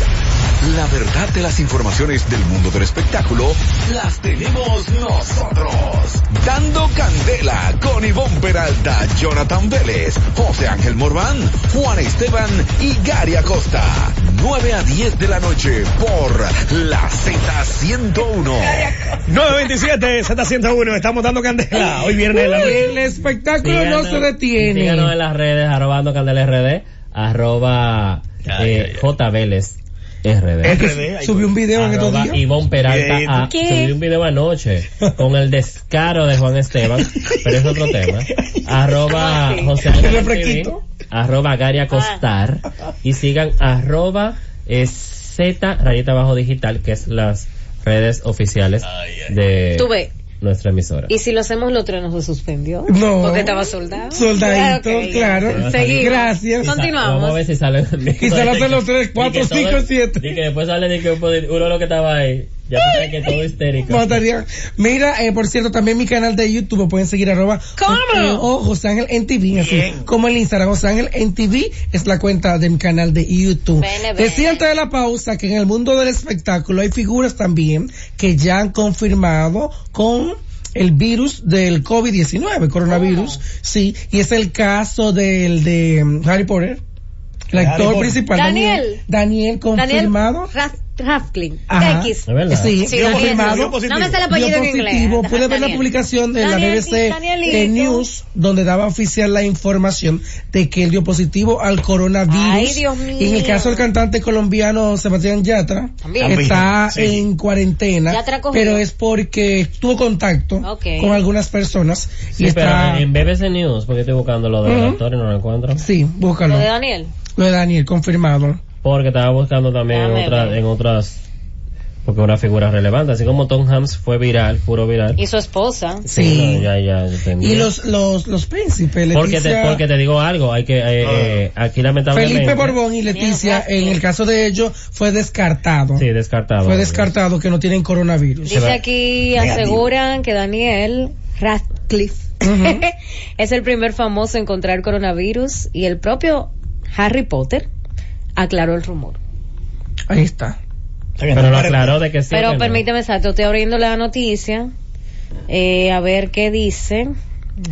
E: La verdad de las informaciones del mundo del espectáculo las tenemos nosotros. Dando candela con Ivonne Peralta, Jonathan Vélez, José Ángel Morván, Juan Esteban y Gary Acosta. 9 a 10 de la noche por la Z101.
B: 927 Z101, estamos dando candela. Hoy viernes de la noche.
D: El espectáculo no
C: Síganos-
D: se detiene.
C: Síganos en las redes, arrobando Candela RD, arroba
B: Ya,
C: eh,
B: ya, ya.
C: J. Vélez RD.
B: RD, ahí
D: Subí un video en estos
C: Arroba
D: días.
C: Ivonne Peralta a,
A: ¿Qué?
C: subí un video anoche con el descaro de Juan Esteban, pero es otro tema. Arroba
A: Ah, sí.
C: José Ángel
D: El
C: TV,
D: refresquito.
C: arroba Gary
B: Ah.
C: Acostar y sigan arroba eh, Z rayita abajo digital, que es las redes oficiales
B: Ay, ay.
D: Eh.
C: de
A: Tú ve.
C: nuestra emisora.
A: Y si lo hacemos, lo otro nos lo suspendió.
D: No.
A: Porque estaba soldado.
D: Soldadito,
A: Ah, ok.
D: claro.
A: Seguimos.
D: Gracias.
C: Sa-
A: Continuamos.
C: Vamos a ver si salen.
D: Quizá lo hacen los tres, cuatro, cinco, siete.
C: Y que después sale de que uno de los que estaba ahí. Ya tú sabes que todo histérico.
D: Mataría. Mira, eh, por cierto, también mi canal de YouTube, me pueden seguir arroba
A: ¿Cómo?
D: eh, o José Ángel en TV, así
B: Bien.
D: como el Instagram José Ángel en TV es la cuenta de mi canal de YouTube.
A: BNB.
D: Decía antes de la pausa que en el mundo del espectáculo hay figuras también que ya han confirmado con el virus del COVID-19, coronavirus,
A: Oh.
D: sí, y es el caso del de mm, Harry Potter, el
B: Harry
D: actor
B: Potter.
D: principal
A: Daniel.
D: Daniel
A: Daniel
D: confirmado.
A: Raf- Rafkin.
D: Ajá.
A: X.
C: Es verdad.
D: Sí,
A: Sí,
D: dio
A: Daniel.
D: confirmado.
B: Dio positivo.
A: No me sale el
D: Dio
A: Este apellido en inglés.
D: positivo. Pude ver la
A: Daniel.
D: publicación de la
A: Daniel,
D: BBC
A: Danielito.
D: de News, donde daba oficial la información de que él dio positivo al coronavirus.
A: Ay, Dios mío.
D: Y en el caso del cantante colombiano Sebastián Yatra,
A: También.
D: está
B: También, sí.
D: en cuarentena,
A: Yatra cogió.
D: pero es porque tuvo contacto
A: Ok.
D: con algunas personas y
C: Sí,
D: está...
C: pero en BBC News, porque estoy buscando lo del
D: Ujú.
C: actor y no lo encuentro.
D: Sí, búscalo.
A: Lo de Daniel.
D: Lo de Daniel, confirmado.
C: Porque estaba buscando también en,
A: Dame,
C: otra-
A: dame.
C: en otras. Porque una figura relevante. Así como Tom Hanks fue viral, puro viral.
A: Y su esposa.
D: Sí.
C: Ya, ya, ya entendí.
D: Y los, los, los príncipes,
C: porque, te,
D: Leticia- Ah.
C: porque te digo algo, hay que. eh, eh, aquí lamentablemente.
D: Felipe Borbón y Leticia, en el caso de ellos, fue descartado.
C: Sí, descartado.
D: Fue descartado que no tienen coronavirus.
A: Dice aquí,
B: Negativo.
A: aseguran que Daniel Radcliffe
D: Ujú.
A: es el primer famoso en encontrar coronavirus y el propio Harry Potter aclaró el rumor.
D: Ahí está.
B: Está bien,
C: Pero lo
B: no,
C: aclaró de que sí. o
A: Pero
C: que no.
A: permíteme, exacto, estoy abriendo la noticia, eh, a ver qué dice.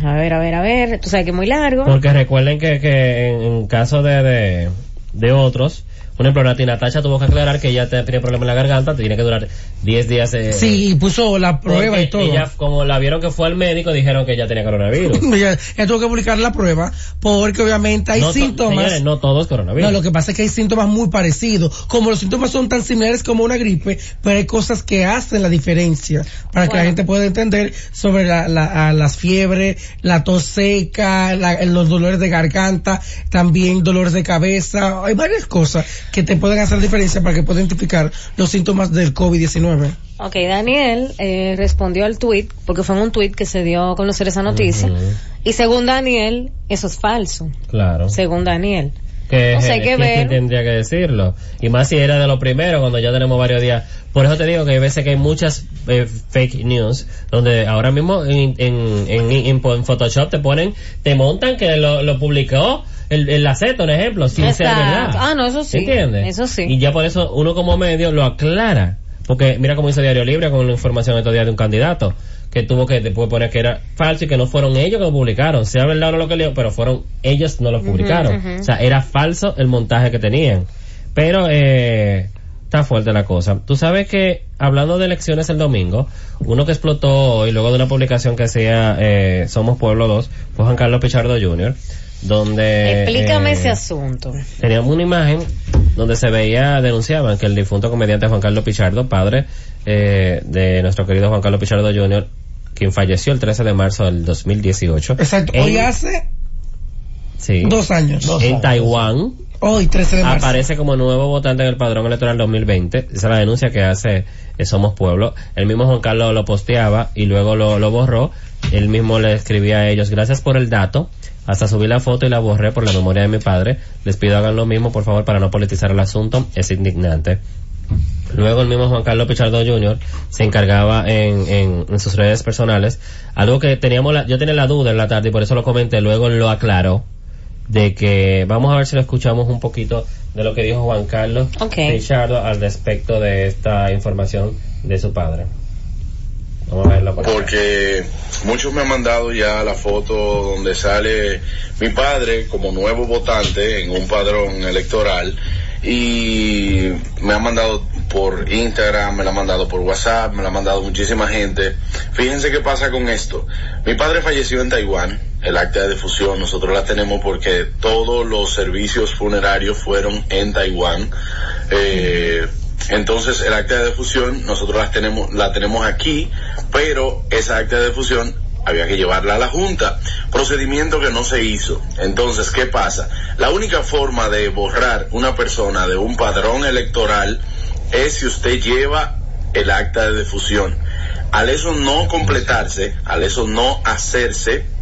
A: A ver, a ver, a ver, tú sabes que es muy largo.
C: Porque recuerden que, que en, en caso de, de, de otros, por ejemplo, Nati Natacha tuvo que aclarar que ya te- tiene problema en la garganta, te tiene que durar 10 días. eh,
D: Sí, y puso la
C: porque
D: prueba y todo.
C: Ella, como la vieron que fue al médico, dijeron que ya tenía coronavirus.
D: Ella, ella tuvo que publicar la prueba porque obviamente hay
C: No to-
D: síntomas.
C: señores, no todos
D: No,
C: coronavirus.
D: lo que pasa es que hay síntomas muy parecidos. Como los síntomas son tan similares como una gripe, pero hay cosas que hacen la diferencia para que la
A: Bueno.
D: gente pueda entender sobre la, la- a las fiebres, la tos seca, la- los dolores de garganta, también dolores de cabeza. Hay varias cosas que te pueden hacer diferencia para que puedas identificar los síntomas del COVID-19.
A: Ok, Daniel eh, respondió al tweet, porque fue en un tweet que se dio a conocer esa noticia.
C: Ujú.
A: Y según Daniel, eso es falso.
C: Claro.
A: Según Daniel.
C: Que,
A: No sé
C: eh,
A: qué
C: que
A: ver.
C: quién tendría que decirlo. Y más si era de lo primero, cuando ya tenemos varios días. Por eso te digo que hay veces que hay muchas eh, fake news, donde ahora mismo en, en, en, en- en Photoshop te ponen, te montan que lo, lo publicó el, el la Z, un ejemplo, sin
A: Exacto.
C: ser verdad.
A: Ah, no, eso sí.
C: ¿Entiendes?
A: Eso sí.
C: Y ya por eso uno como medio lo aclara. Porque mira cómo hizo Diario Libre con la información estos días de un candidato que tuvo que después poner que era falso y que no fueron ellos que lo publicaron. Sea verdad o no lo que leo, pero fueron ellos no lo publicaron.
A: ujú.
C: O sea, era falso el montaje que tenían. Pero eh, está fuerte la cosa. Tú sabes que hablando de elecciones el domingo, uno que explotó hoy luego de una publicación que hacía eh, Somos Pueblo 2 fue Juan Carlos Pichardo Jr. Donde
A: Explícame
C: eh,
A: ese asunto.
C: teníamos una imagen donde se veía, denunciaban que el difunto comediante Juan Carlos Pichardo, padre eh, de nuestro querido Juan Carlos Pichardo Jr., quien falleció el 13 de marzo del 2018.
D: Exacto.
C: en-
D: Hoy hace
C: sí,
D: dos años.
C: en Taiwán,
D: Hoy, 13
C: Ah,
D: de marzo.
C: aparece como nuevo votante en el padrón electoral 2020. Esa es la denuncia que hace eh, Somos Pueblo. El mismo Juan Carlos lo posteaba y luego lo, lo borró. Él mismo le escribía a ellos, gracias por el dato. Hasta subí la foto y la borré por la memoria de mi padre. Les pido hagan lo mismo, por favor, para no politizar el asunto. Es indignante. Luego el mismo Juan Carlos Pichardo Jr. se encargaba en, en, en sus redes personales. Algo que teníamos la- yo tenía la duda en la tarde y por eso lo comenté, luego lo aclaró. De que vamos a ver si lo escuchamos un poquito de lo que dijo Juan Carlos
A: Ok.
C: Pichardo al respecto de esta información de su padre. Vamos a verlo por acá.
F: Porque muchos me han mandado ya la foto donde sale mi padre como nuevo votante en un padrón electoral y me han mandado por Instagram, me la han mandado por WhatsApp, me la han mandado muchísima gente. Fíjense qué pasa con esto. Mi padre falleció en Taiwán, el acta de difusión nosotros la tenemos porque todos los servicios funerarios fueron en Taiwán. Eh, entonces el acta de fusión nosotros las tenemos, la tenemos aquí, pero esa acta de fusión había que llevarla a la Junta, procedimiento que no se hizo. Entonces, ¿qué pasa? La única forma de borrar una persona de un padrón electoral es si usted lleva el acta de fusión. Al eso no completarse, al eso no hacerse,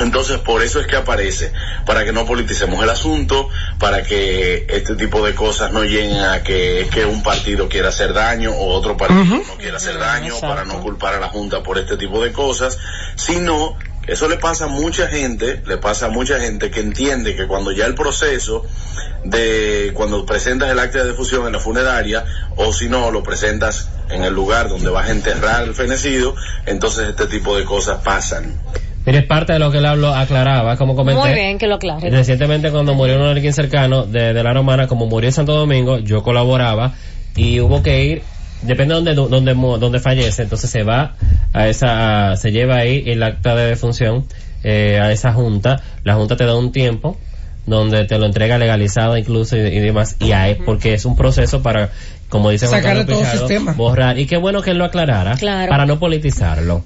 F: entonces, por eso es que aparece, para que no politicemos el asunto, para que este tipo de cosas no lleguen a que es que un partido quiera hacer daño o otro partido no quiera hacer daño, para no culpar a la Junta por este tipo de cosas, sino que eso le pasa a mucha gente, le pasa a mucha gente que entiende que cuando ya el proceso de cuando presentas el acta de difusión en la funeraria o si no lo presentas en el lugar donde vas a enterrar al fenecido, entonces este tipo de cosas pasan.
C: Mire, es parte de lo que él habló, aclaraba, como comenté.
A: Muy bien, que lo aclare.
C: Eh, Recientemente cuando murió un alguien cercano de, de la Romana, como murió en Santo Domingo, yo colaboraba y hubo que ir, depende de donde, du- donde, mu- donde fallece, entonces se va a esa, a- se lleva ahí el acta de defunción eh, a esa junta, la junta te da un tiempo donde te lo entrega legalizado incluso y, y demás, y ahí, porque es un proceso para, como dice Juan
D: Sacarle
C: Carlos
D: todo
C: Pichardo,
D: sistema.
C: borrar, y qué bueno que él lo aclarara,
A: Claro.
C: para no politizarlo.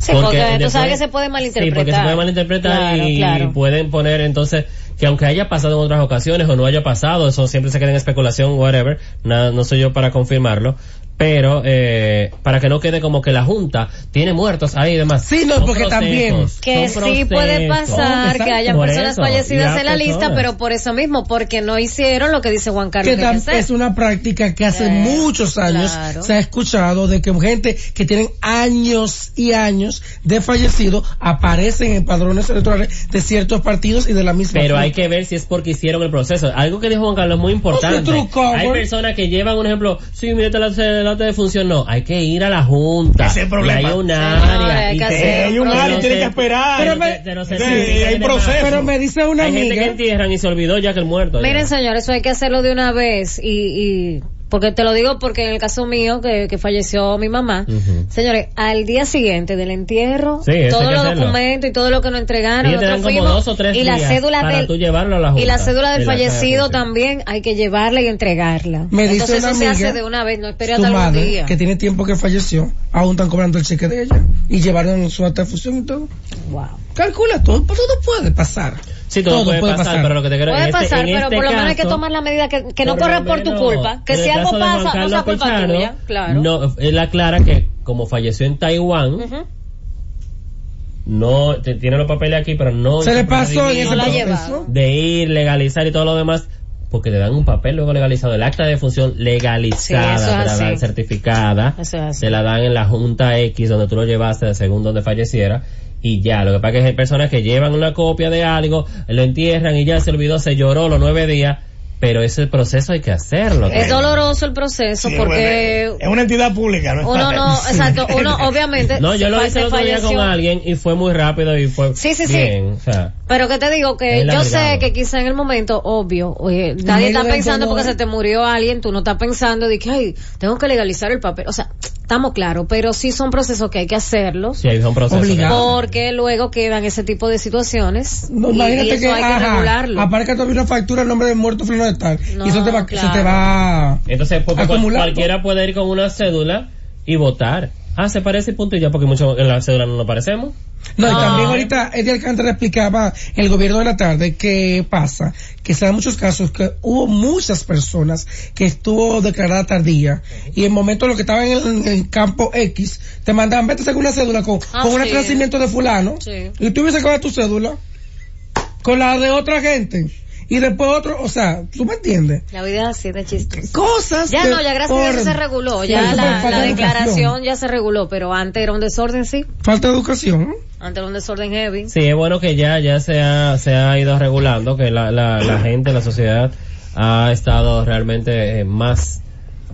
A: Sí, porque, tú
C: después-
A: sabes que se puede
C: Sí,
A: malinterpretar.
C: porque se puede malinterpretar
A: Claro,
C: y pues,
A: claro.
C: pueden poner entonces que aunque haya pasado en otras ocasiones o no haya pasado, eso siempre se queda en especulación, whatever, nada, no soy yo para confirmarlo, pero eh, para que no quede como que la Junta tiene muertos ahí y demás.
D: Sí, no,
C: Son
D: porque también-
A: Que
C: son
A: sí
C: procesos.
A: puede pasar
D: Exacto.
A: que haya
C: Por
A: personas
C: eso,
A: fallecidas
C: ya
A: en la lista,
C: personas.
A: pero por eso mismo, porque no hicieron lo que dice Juan Carlos.
D: que
A: que hay que
D: tam- es
A: hacer.
D: una práctica que hace
A: Eh,
D: muchos años
A: claro.
D: se ha escuchado de que gente que tienen años y años de fallecido aparecen en padrones electorales de ciertos partidos y de la misma
C: Pero
D: forma.
C: hay que ver si es porque hicieron el proceso. Algo que dijo Juan Carlos muy importante.
D: No se trucó,
C: hay
D: güey.
C: personas que llevan un ejemplo, sí, mira, el acta el acta de función, no, hay que ir a la Junta.
B: Ese es el
C: Y
B: problema.
C: hay un
A: Señores,
C: área.
A: hay
C: y
A: que
C: te-
A: hacer
B: hay un
C: Pero
B: área,
C: no
B: tiene
C: sé-
B: que esperar.
C: pero
B: Pero
C: me- de los
B: sí,
C: certificados
B: hay
C: y
B: un
C: demás.
B: proceso.
D: Pero me dice una
C: Hay gente que
D: amiga
C: entierran y se olvidó ya que el muerto. ya.
A: Miren, señor, eso hay que hacerlo de una vez y, y porque te lo digo porque en el caso mío que, que falleció mi mamá,
C: Ujú.
A: señores, al día siguiente del entierro,
C: Sí, eso hay
A: todos
C: que
A: los
C: hacerlo.
A: documentos y todo lo que nos entregaron,
C: Ellos te dan
A: nosotros
C: como
A: fuimos,
C: dos o tres
A: y la
C: días
A: cédula
C: para
A: del
C: tú llevarlo a la junta
A: y la cédula del
C: Ah, de la caja de
A: fallecido
C: función.
A: también hay que llevarla y entregarla.
D: Me dice
A: Entonces
D: una
A: eso
D: amiga,
A: se hace de una vez, no espere
D: su
A: hasta algún
D: madre
A: día.
D: que tiene tiempo que falleció aún están cobrando el cheque de ella y llevaron su alta fusión y todo
A: Wow.
D: calcula todo pero todo puede pasar
C: Sí, todo, puede, pasar, pero lo que te quiero
A: Puede
C: en este-
A: pasar,
C: en
A: pero
C: este
A: por lo menos hay que
C: caso,
A: tomar la medida que, que no
C: lo
A: corre por tu
C: menos,
A: culpa, que
C: en
A: si
C: el
A: algo
C: caso de Juan
A: pasa, no
C: Carlos
A: sea culpa
C: Pichardo,
A: tuya, claro.
C: No, él aclara que como falleció en Taiwán,
A: Ujú.
C: no te- tiene los papeles aquí, pero no
D: se
C: hizo
D: le pasó en
C: procedimiento
D: ese
A: la
D: proceso
A: llevaron.
C: de ir legalizar y todo lo demás porque le dan un papel luego legalizado el acta de función legalizada
A: Sí, eso es
C: te la dan
A: así.
C: certificada
A: Eso es así.
C: te la dan en la junta X donde tú lo llevaste según donde falleciera y ya lo que pasa es que hay personas que llevan una copia de algo lo entierran y ya se olvidó se lloró los nueve días pero ese proceso hay que hacerlo
A: Es doloroso el proceso
B: Sí,
A: porque
B: bueno, es una entidad pública, ¿no? es
A: uno
B: para-
A: no,
B: sí.
A: exacto, uno obviamente
C: no yo lo
A: fa-
C: hice
A: se
C: el otro día
A: falleció.
C: con alguien y fue muy rápido y fue
A: Sí, sí, sí.
C: bien o sea
A: Pero que te digo que
C: Es
A: yo sé
C: lamentable.
A: que quizá en el momento, obvio, oye, nadie
D: medio
A: está
D: del
A: pensando
D: dolor.
A: porque se te murió alguien, tú no estás pensando de que, ay, tengo que legalizar el papel. O sea, estamos claros, pero sí son procesos que hay que hacerlos.
C: sí hay un proceso
D: Obligado.
A: Porque luego quedan ese tipo de situaciones.
D: No,
A: y,
D: imagínate
A: y eso
D: que,
A: hay que
D: ajá,
A: regularlo.
D: aparca todavía una factura en nombre del muerto fulano de tal.
A: No,
D: y eso te va,
A: claro.
D: eso te va
C: Entonces, porque cual-
D: Acumulando.
C: cualquiera puede ir con una cédula y votar. ah, se parece y punto y ya, porque muchos en la cédula no nos parecemos.
D: No, y
A: Ah.
D: también ahorita Eddie Alcántara explicaba en el gobierno de la tarde que pasa, que se dan muchos casos que hubo muchas personas que estuvo declarada tardía y en momento lo que estaban en el, en el campo X te mandaban, vete según la cédula con,
A: Ah,
D: con un
A: sí.
D: nacimiento de fulano
A: Sí.
D: y tú hubiese sacado tu cédula con la de otra gente y después otro, o sea, ¿tú me entiendes?
A: La vida es así de chistes.
D: Cosas
A: Ya
D: que
A: no, ya gracias a Dios
D: por-
A: se reguló.
D: Sí,
A: Ya
D: eso por
A: la,
D: falta
A: la
D: de educación.
A: declaración ya se reguló, pero antes era un desorden, sí.
D: Falta de educación.
A: Antes era un desorden heavy.
C: Sí, es bueno que ya, ya se ha, se ha ido regulando, que la, la, la gente, la sociedad ha estado realmente eh, más,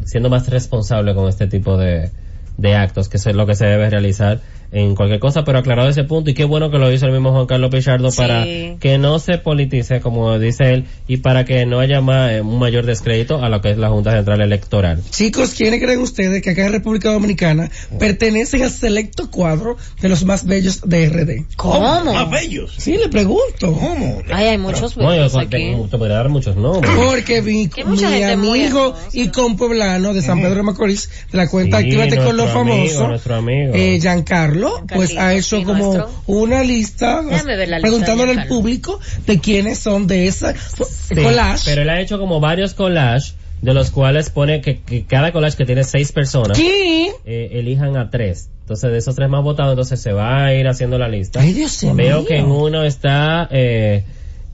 C: siendo más responsable con este tipo de, de actos, que es lo que se debe realizar en cualquier cosa, pero aclarado ese punto, y qué bueno que lo hizo el mismo Juan Carlos Pichardo
A: Sí.
C: para que no se politice, como dice él, y para que no haya más, eh, un mayor descrédito a lo que es la Junta Central Electoral.
D: Chicos, ¿quiénes creen ustedes que acá en República Dominicana pertenecen al selecto cuadro de los más bellos de RD?
B: Más
A: ¿Cómo?
B: bellos.
D: Sí, le pregunto.
B: ¿Cómo?
A: Ay, hay muchos
C: Bueno,
A: bellos
C: yo
A: Pues, aquí.
C: te, te podría dar muchos nombres.
D: Porque mi,
A: Que mucha
D: mi
A: gente muy
D: amigo
A: hermosa.
D: y compueblano de San Pedro de Macorís, de la cuenta
C: Sí,
D: Actívate con los
C: nuestro amigo,
D: famosos,
C: nuestro amigo.
D: eh, Giancarlo, pues ha hecho
A: sí,
D: como
A: nuestro.
D: una lista,
A: Déjame ver la lista de
D: preguntándole al
A: Giancarlo.
D: público de quiénes son de esa
C: Sí,
D: collage.
C: Pero él ha hecho como varios collages, de los cuales pone que, que cada collage que tiene seis personas,
D: ¿Qué?
C: eh, elijan a tres. Entonces, de esos tres más votados, entonces se va a ir haciendo la lista.
D: Ay, Dios mío.
C: Veo que en uno está eh,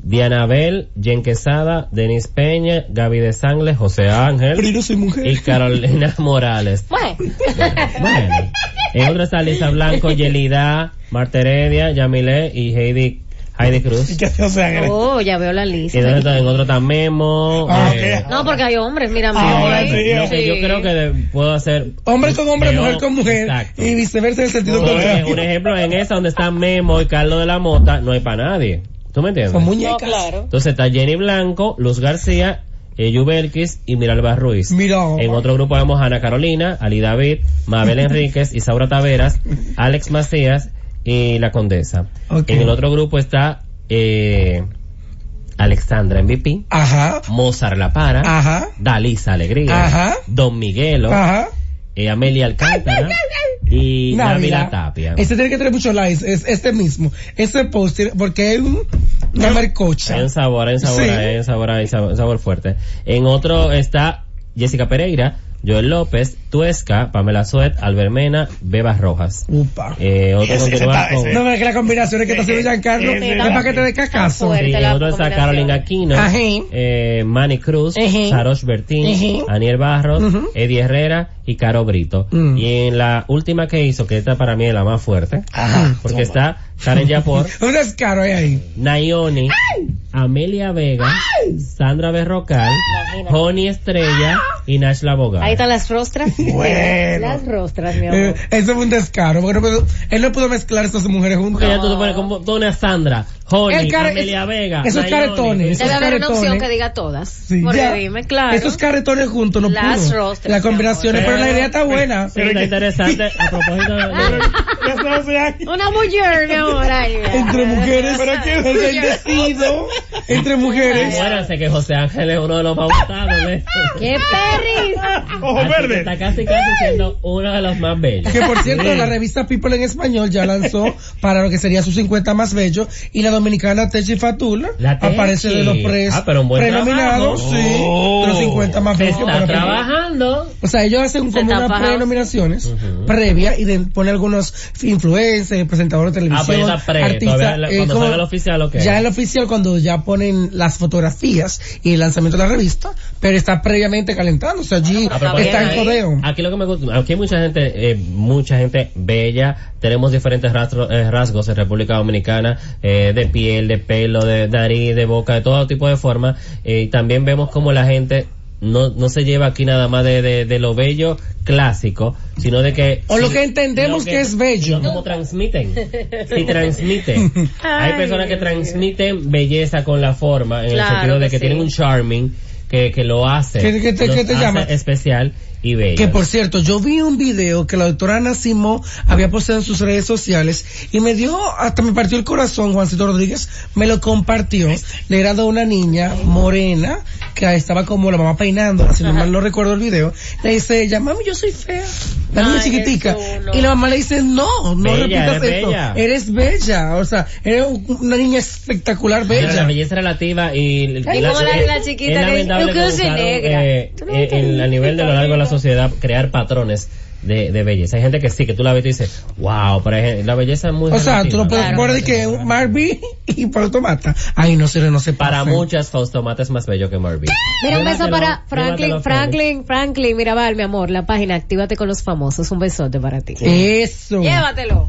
C: Diana Bel, Jen Quesada, Denis Peña, Gaby de Sangles, José Ángel
D: Prino soy mujer.
C: y Carolina Morales.
A: Bueno,
C: Bueno. En otro está Lisa Blanco, Yelida, Marta Heredia, Yamile y Heidi, Heidi Cruz.
B: ¿Y qué hacen Los Ángeles?
A: oh, ya veo la
C: Y
A: lista.
C: en otro, en otro está Memo.
B: Ah,
C: eh,
B: ok.
A: No, porque hay hombres, mira,
B: Ahora
A: mira.
B: sí,
C: Lo que Ah, yo creo que de- puedo hacer.
D: Hombre con hombre,
C: Veo-
D: mujer con mujer
C: Exacto.
D: y viceversa en el sentido
C: Porque, un
D: contrario.
C: ejemplo, en esa donde están Memo y Carlos de la Mota, no hay para nadie. ¿Tú me entiendes?
D: Son muñecas.
C: Entonces está Jenny Blanco, Luz García, eh, Yu Belkis y Miralba Ruiz.
D: Mira.
C: En otro grupo vemos a Ana Carolina, Ali David, Mabel Enríquez, Isaura Taveras, Alex Macías y la Condesa.
D: Ok.
C: En el otro grupo está eh, Alexandra MVP,
D: Ajá.
C: Mozart La Para,
D: Ajá.
C: Dalisa Alegría,
D: Ajá.
C: Don Miguelo,
D: Ajá.
C: eh, Amelia Alcántara y Navidad Tapia.
D: Este tiene que tener muchos likes, es este mismo. Este póster, porque es un, una mercocha.
C: Hay un sabor, hay un sabor,
D: Sí.
C: hay un sabor, hay un sabor, un sabor fuerte. En otro está Jessica Pereira, Joel López, Tuesca, Pamela Suet, Albermena, Bebas Rojas.
D: Upa.
C: Eh, otro
B: Ese- ese
C: continúa
B: está-
C: con-
B: ese-
D: No, pero es que la combinación es que está haciendo Giancarlo
C: eh,
B: Ese-
D: es para que te dé cacazo.
A: Fuerte
C: Sí,
A: la
C: otro está
A: combinación.
C: Carolina Aquino,
D: Ajá.
C: eh, Manny Cruz,
D: Ajá.
C: Sarosh Bertín,
D: Ajá.
C: Aniel Barros,
D: Ujú.
C: Eddie Herrera y Caro Brito.
D: Mm.
C: Y en la última que hizo, que esta para mí es la más fuerte, porque está Karen Yapor,
D: Un descaro ahí, ahí.
C: Nayoni, Amelia Vega, Sandra Berrocal,
A: Imagínate.
C: Joni Estrella y Nashla Bogar.
A: Ahí están las rostras.
B: Bueno.
A: Las rostras, mi amor.
D: Eh, eso fue un descaro, porque no pudo- él no pudo mezclar estas mujeres
C: Que
D: juntas.
C: ya tú te pones como tú una Sandra, Joni,
D: El care-
C: Amelia
D: es-
C: Vega.
D: esos
C: Nayoni.
D: caretones. esos
A: Debe haber una opción
D: caretones.
A: que diga todas.
D: Sí,
A: porque
D: ya.
A: dime, claro.
D: Esos carretones juntos no
A: Las
D: pudo.
A: rostras,
D: Las
A: mi
D: combinaciones,
C: amor.
D: pero la idea está buena.
C: Sí, está interesante. A propósito de- de-
B: Ya se los Ángeles.
A: Una mujer, mi amor. ay, mira.
D: Entre mujeres, el bendecido. Entre mujeres.
C: Acuérdense que José Ángel es uno de los más votados. ¿eh?
A: ¡Qué perris!
B: Ojo
C: Así que
B: verde.
C: Está casi casi siendo uno de los más bellos.
D: Que por cierto, la revista People en español ya lanzó para lo que sería sus 50 más bellos y la dominicana Techi Fatula
C: La Techi.
D: aparece de los pres,
C: Ah, pero un buen
D: prenominados,
C: trabajo.
D: sí,
B: Oh.
D: de los 50 más
C: Se
D: bellos.
C: está
D: para-
C: trabajando.
D: o sea, ellos hacen
A: Se
D: como
A: está
D: unas
A: fajado.
D: prenominaciones
C: Ujú.
D: previas y de, ponen algunos influencers, presentadores de
C: Ah, pues
D: televisión,
C: esa pre, todavía
D: artistas.
C: la-
D: eh,
C: cuando
D: como-
C: salga el oficial, ok.
D: Ya el oficial cuando ya ponen las fotografías y el lanzamiento de la revista, pero está previamente calentando, o sea, allí
C: Ah, pero
D: está en
C: ahí-
D: codeo.
C: Aquí lo que me gusta, aquí hay mucha gente, eh, mucha gente bella, tenemos diferentes rastro- eh, rasgos en República Dominicana, eh, de piel, de pelo, de nariz, de boca, de todo tipo de forma, eh, y también vemos como la gente no, no se lleva aquí nada más de, de, de lo bello clásico, sino de que...
D: O lo que entendemos
C: lo
D: que es bello.
C: sino Como transmiten. Si transmiten.
A: Ay,
C: Hay personas que
A: Dios mío.
C: transmiten belleza con la forma, en
A: Claro
C: el sentido de
A: que
C: que
A: sí.
C: tienen un charming, que, que lo hace
D: ¿Qué- qué te-
C: los
D: qué te
C: hace
D: llama?
C: especial y bellas.
D: Que por cierto, yo vi un video que la doctora Ana Simó había posteado en sus redes sociales y me dio, hasta me partió el corazón, Juancito Rodríguez, me lo compartió. Le era de una niña morena que estaba como la mamá peinando, si no mal no recuerdo el video. Le dice ella, mami, yo soy fea. La niña
A: Ay,
D: chiquitica.
A: qué chulo.
D: Y la mamá le dice, no, no
C: Bella,
D: repitas
C: eres
D: esto.
C: bella.
D: Eres bella. O sea, eres una niña espectacular,
C: Pero la
D: bella.
C: belleza relativa y, y
A: Ay, como la- la chiquita
C: es
A: que-
C: lamentable
A: yo
C: que
A: quiero ser
C: usaron,
A: negra.
C: eh,
A: Tú no
C: eh,
A: eres
C: en- a nivel de lo largo de la
A: negra.
C: sociedad crear patrones de, de belleza hay gente que sí que tú la ves y tú dices wow pero hay- la belleza es muy
D: O sea, tú
C: relativa.
D: no puedes
A: Claro.
D: poner de que un Marvin y Fausto Mata. Ay, no se, no se
C: para
D: pasen.
C: muchas Fausto Mata es más bello que Marvin
A: Mira, un beso
C: Llévatelo,
A: para
C: llévatelo,
A: Franklin, Franklin, Franklin Mirabal, mi amor, la página, actívate con los famosos, un besote para ti.
D: Eso.
A: Llévatelo.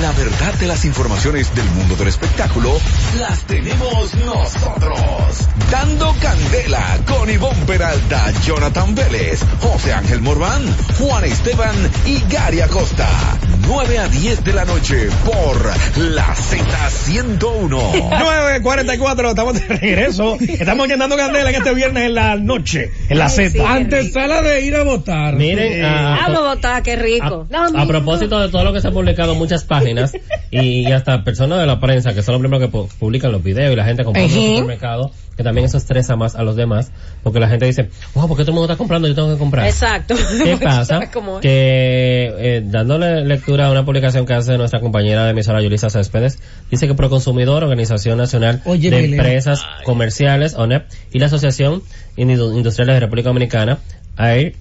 E: La verdad de las informaciones del mundo del espectáculo las tenemos nosotros. Dando candela con Ivonne Peralta, Jonathan Vélez, José Ángel Morván, Juan Esteban y Gary Acosta. 9 a 10 de la noche por la Z101.
B: 9.44, estamos de regreso. Estamos llenando candela en este viernes en la noche, en la
A: Ay,
B: Z. ah,
A: sí, qué
B: Antes sala de ir a votar. Eh,
C: miren a-
A: Vamos, botada, qué rico.
C: Ah, A, a propósito de todo lo que se ha publicado en muchas páginas y, y hasta personas de la prensa que son los primeros que pu- publican los videos y la gente comprando en
D: Ujú.
C: el supermercado, que también eso estresa más a los demás, porque la gente dice, wow, ¿por qué todo el mundo está comprando? Yo tengo que comprar.
A: Exacto.
C: ¿Qué pasa?
A: ¿Sabes cómo es?
C: Que eh, dándole lectura a una publicación que hace nuestra compañera de emisora Yulisa Céspedes, dice que Proconsumidor, Organización Nacional
D: Oye,
C: de
D: Belén.
C: Empresas Comerciales, ONEP, y la Asociación Indu- Industrial de República Dominicana, AIR,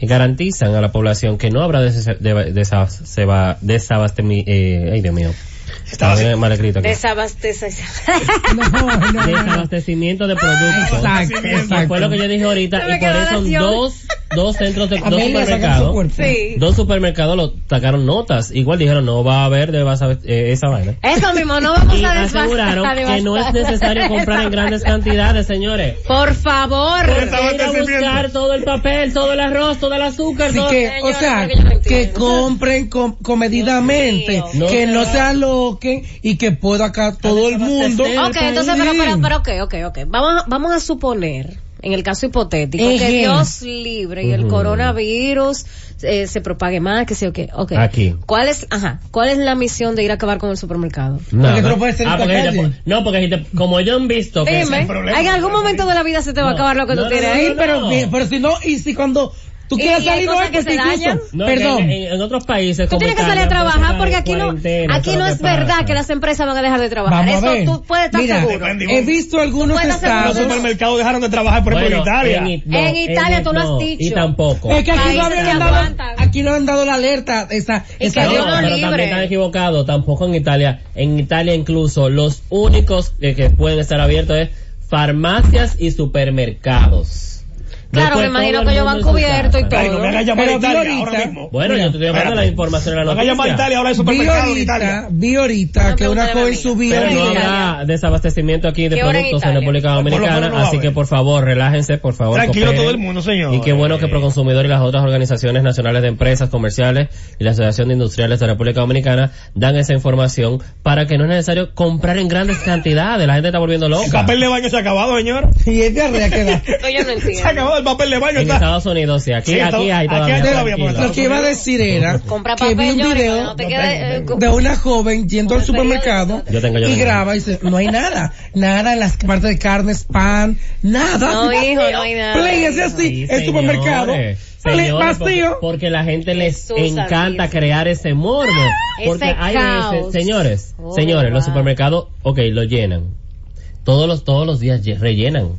C: y garantizan a la población que no habrá desa- de- desa- seba- desabastemi- eh, ay Dios mío, está bien mal escrito aquí.
A: Desabastece.
D: No, no, no.
C: desabastecimiento de productos.
D: Exacto,
C: Que Fue lo
D: exacto.
C: que yo dije ahorita
A: Se me
C: y por
A: quedó
C: eso
A: la
C: dos, dos centros de
D: A
C: dos
D: mí me sacan su
C: supermercados
D: cuerpo.
A: Sí.
C: dos supermercados lo sacaron notas. Igual dijeron, no va a haber de vas a, eh, esa vaina.
A: Eso mismo, no vamos
C: Y
A: a desbastar.
C: aseguraron que no es necesario comprar en grandes cantidades, señores.
A: Por favor.
C: Ir a buscar todo el papel, todo el arroz, todo el azúcar,
D: Así
C: todo...
D: que, o
A: Señora, creo
D: sea,
A: que yo lo
D: que
A: entiendo.
D: compren com- comedidamente,
A: Dios
C: mío.
D: que
C: No
D: no
C: se
D: se aloquen y que pueda acá todo el mundo.
A: Ok, entonces, pero, pero, pero, ok, ok, ok. Vamos, vamos a suponer, en el caso hipotético, que
D: Ejé.
A: Dios libre y el
C: Ujú.
A: coronavirus eh, se propague más, que sé, ok, ok.
C: Aquí.
A: ¿Cuál es, ajá, cuál es la misión de ir a acabar con el supermercado?
C: Nada. Ah,
D: Porque tú no puedes salir a la
C: porque
D: calle.
C: te- no, porque si te- como yo han visto que...
A: Dime,
B: problema,
A: en algún momento de la vida se te va a
C: No,
A: acabar lo que
C: no,
A: tú
C: no,
A: tienes
C: no,
A: ahí,
C: no, no.
A: pero...
D: Pero, bien, pero si no, y si cuando tú
A: Y-
D: quieres
A: y hay
D: salir
A: cosas
D: hoy,
A: que
D: pues
A: se dañan.
D: incluso,
C: No,
D: perdón.
C: En, en- en otros países...
A: Tú
C: como
A: tienes que salir
C: Italia,
A: a trabajar
C: cosas
A: porque
C: de
A: aquí no,
C: cuarentena,
A: aquí
C: eso
A: no
C: lo
A: es
C: pasa.
A: verdad que las empresas van a dejar de trabajar.
D: Vamos a ver.
A: Eso tú puedes estar
D: Mira,
A: seguro.
D: he visto algunos
A: puedes hacer
B: Los
D: estados.
A: todo
B: supermercados dejaron de trabajar, por ejemplo,
C: Bueno,
B: en Italia.
C: En, no,
A: En Italia tú lo has
C: no, Y
A: dicho.
C: tampoco.
D: Es que aquí
A: Países
D: no,
A: que
D: habían dado,
A: aguantan.
D: aquí no han dado la alerta. Esa,
A: Y
D: esa
A: que
C: No,
A: Dios
C: pero
A: nos libre.
C: también están equivocados, tampoco en Italia. En Italia incluso los únicos que, que pueden estar abiertos es farmacias y supermercados.
A: Claro, me
C: Después
A: imagino
C: todo
A: que
C: el
A: ellos van
C: mundo en su
A: cubiertos y
C: casa.
A: todo.
B: Ay, no me hagas llamar
D: Pero
B: a Italia
D: tú
B: ahora
D: ahorita-
B: mismo.
C: Bueno, yo te estoy hablando de la
B: espérate.
C: información de
B: No
C: la
B: me hagas llamar a
C: noticia.
B: Italia ahora hay
D: vi
B: supermercados en
D: ahorita,
B: Italia.
D: vi ahorita
A: No
D: que
A: pregúntale
D: una
A: a mi
D: joven
A: amiga.
D: subía un
C: Pero no
A: en
D: video.
C: habrá
A: Italia.
C: desabastecimiento aquí de
A: ¿Qué hora en
C: productos en
A: Italia?
C: República
B: Por lo menos
C: Dominicana,
B: no va a
C: así
B: haber.
C: que por favor, relájense, por favor.
B: Tranquilo
C: cooperen.
B: todo el mundo, señor.
C: Y qué bueno que Proconsumidor y las otras organizaciones nacionales de empresas comerciales y la Asociación de Industriales de la República Dominicana dan esa información para que no es necesario comprar en grandes cantidades. La gente está volviendo
B: El
C: loca.
B: papel de baño se ha acabado, señor.
D: Y es diarrea que da.
A: Esto yo no
B: Se ha
A: entiendo.
B: acabado el papel de baño.
C: En
B: Está.
C: Estados Unidos, sí. Aquí,
B: Sí,
C: aquí hay
B: aquí hay
C: todavía.
B: todavía,
C: tranquilo.
B: porque
D: Lo que iba a decir era
A: Compra
D: que vi
A: papel,
D: un
A: Johnny,
D: video
A: que no te quede, eh,
D: de una joven yendo al supermercado
C: Yo tengo, yo
D: y
C: tengo.
D: graba y dice, no hay nada, nada en las partes de carnes, pan, nada.
A: No, hijo, no hay nada,
D: Play, ese así,
C: Sí,
D: el
C: señores.
D: supermercado, play,
C: Señores,
D: vacío.
C: porque, porque la gente les
A: Jesús
C: encanta
A: santísimo.
C: crear ese morbo.
A: Ese
C: Porque hay
A: caos.
C: veces, señores,
A: Oh,
C: señores, los
A: wow.
C: supermercados, ok, lo llenan. Todos los, todos los días lle- rellenan.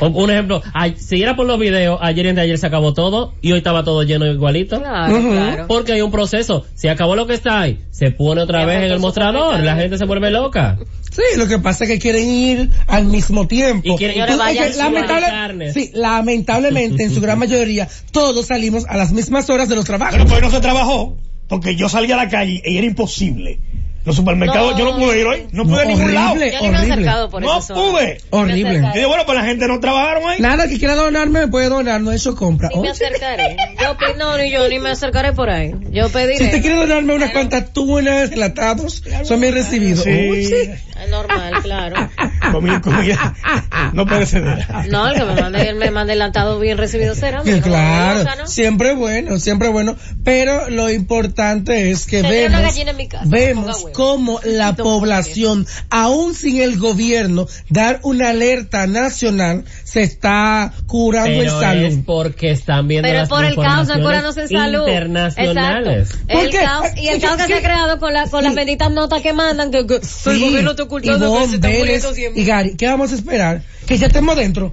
C: Un- Un ejemplo, ay- si era por los videos, ayer en de ayer se acabó todo y hoy estaba todo lleno igualito.
A: Claro,
D: Ujú.
A: claro.
C: Porque hay un proceso. Si acabó lo que está ahí, se pone otra
A: Ya
C: vez en
A: montó
C: el
A: su
C: mostrador. La
A: supermercado.
C: gente se vuelve loca.
D: Sí, lo que pasa es que quieren ir al mismo tiempo.
C: Y quieren-
D: Entonces,
A: Señores,
D: es
A: vayan
D: que
A: a
D: lamentable-
C: sudar carnes.
D: sí, lamentablemente, en su gran mayoría, todos salimos
B: Ah,
D: a las mismas horas de los trabajos.
B: Pero pues no se trabajó porque yo salí a la calle y era imposible. Los supermercados,
A: No.
B: yo no pude ir hoy, no
D: No,
B: pude a ningún lado.
D: horrible.
A: Yo ni me he
D: horrible.
A: acercado por
B: No
A: eso.
B: pude.
D: Horrible.
B: Yo digo, bueno, pues la gente no trabajaron ahí.
D: Nada, que quiera donarme me puede donar, no eso compra.
A: Ni me
D: Oh,
A: acercaré. Yo pe- no, ni yo ni me acercaré por ahí. Yo pediré.
D: Si usted quiere donarme unas cuantas tunas, relatados, son bien recibidos. Oh,
B: Sí,
A: Es normal, claro.
B: comí comida.
A: Ah,
B: No puede ceder.
A: No, el que me mande, el me mande el atado bien recibido será.
D: Que
A: mejor,
D: claro,
A: ¿no?
D: siempre bueno, siempre bueno, pero lo importante es que
A: Sería una
D: vemos,
A: gallina en mi casa, ponga
D: vemos
A: huevo.
D: cómo la población, aún sin el gobierno dar una alerta nacional, se está curando en
C: Pero es
D: salud.
C: porque están viendo
A: Pero
C: las
A: es por el caos, no
C: informaciones
A: curándose en salud.
C: internacionales.
A: Exacto.
D: ¿Por
A: El
D: qué?
A: caos, y el
D: ¿Qué-
A: caos que
D: qué-
A: se ha creado con, la, con las benditas notas que mandan. Que, que el
D: Sí,
A: gobierno está ocultando que
D: Ivonne,
A: se están
D: Vélez
A: muriendo cien
D: y
A: mil.
D: Gary, ¿qué vamos a esperar? Que ya estemos dentro,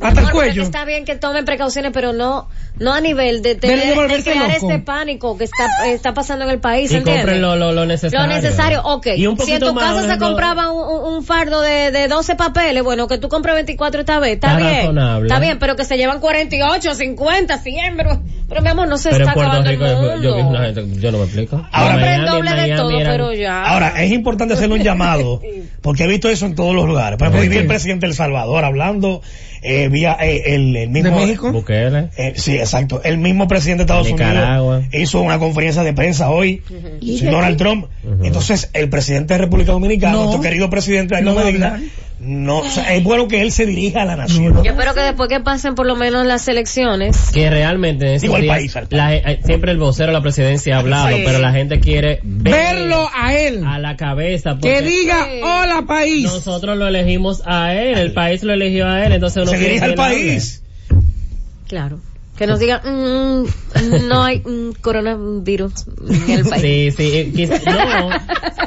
D: hasta
A: Amor, pero
D: el
A: que
D: cuello.
A: Está bien que tomen precauciones, pero no no a nivel de, tener-
D: Deben de
A: de
D: volverse
A: crear
D: loco.
A: este pánico que está está pasando en el país.
C: Y
A: ¿entiendes?
C: compren lo, lo, lo necesario.
A: Lo necesario, ok.
C: Y un
A: si en
C: poquito
A: tu
C: más
A: casa se
C: ahorrando-
A: compraba un, un- un fardo de, de 12 papeles, bueno, que tú compres 24 esta vez, está,
C: Está
A: bien.
C: razonable.
A: Está bien, pero que se llevan 48, 50, 100, pero, pero mi amor, no se
C: Pero
A: está
C: en Puerto
A: acabando
C: Rico
A: el
C: yo-
A: mundo.
C: yo vi una gente, yo no me explico.
B: Ahora-
C: En
A: Compren
C: Miami,
A: doble
C: en
A: de
C: Miami
A: todo,
C: eran-
A: pero ya.
B: Ahora, es importante hacerle un llamado, porque he visto eso en todos los lugares. Por ejemplo, vi el presidente del Salvador hablando, eh, vi a- eh, el, el mismo...
D: ¿De México?
C: Bukele.
B: Eh, sí, exacto. El mismo presidente de Estados
C: Nicaragua.
B: Unidos hizo una conferencia de prensa hoy, Donald Trump. Entonces, el presidente de República Dominicana,
D: No.
B: nuestro querido
D: No
B: presidente Danilo
D: va a
B: Medina,
D: hablar.
B: no, o sea, es bueno que él se dirija a la nación.
A: Yo espero que después que pasen por lo menos las elecciones,
C: Que realmente en esos
B: Digo, al
C: días,
B: país, al
C: la ge- eh, siempre el vocero de la presidencia ha hablado,
A: Sí.
C: pero la gente quiere ver
D: Verlo a él,
C: a la cabeza.
D: que
C: Ah, porque
D: diga
A: Sí.
D: hola país.
C: Nosotros lo elegimos a él, el país lo eligió a él, entonces uno
B: Se
C: quiere
B: dirija
C: que
B: al
C: él hable.
B: país.
A: claro, que nos digan, mm, no hay mm, coronavirus en el país.
C: Sí, sí, eh, quiz- no.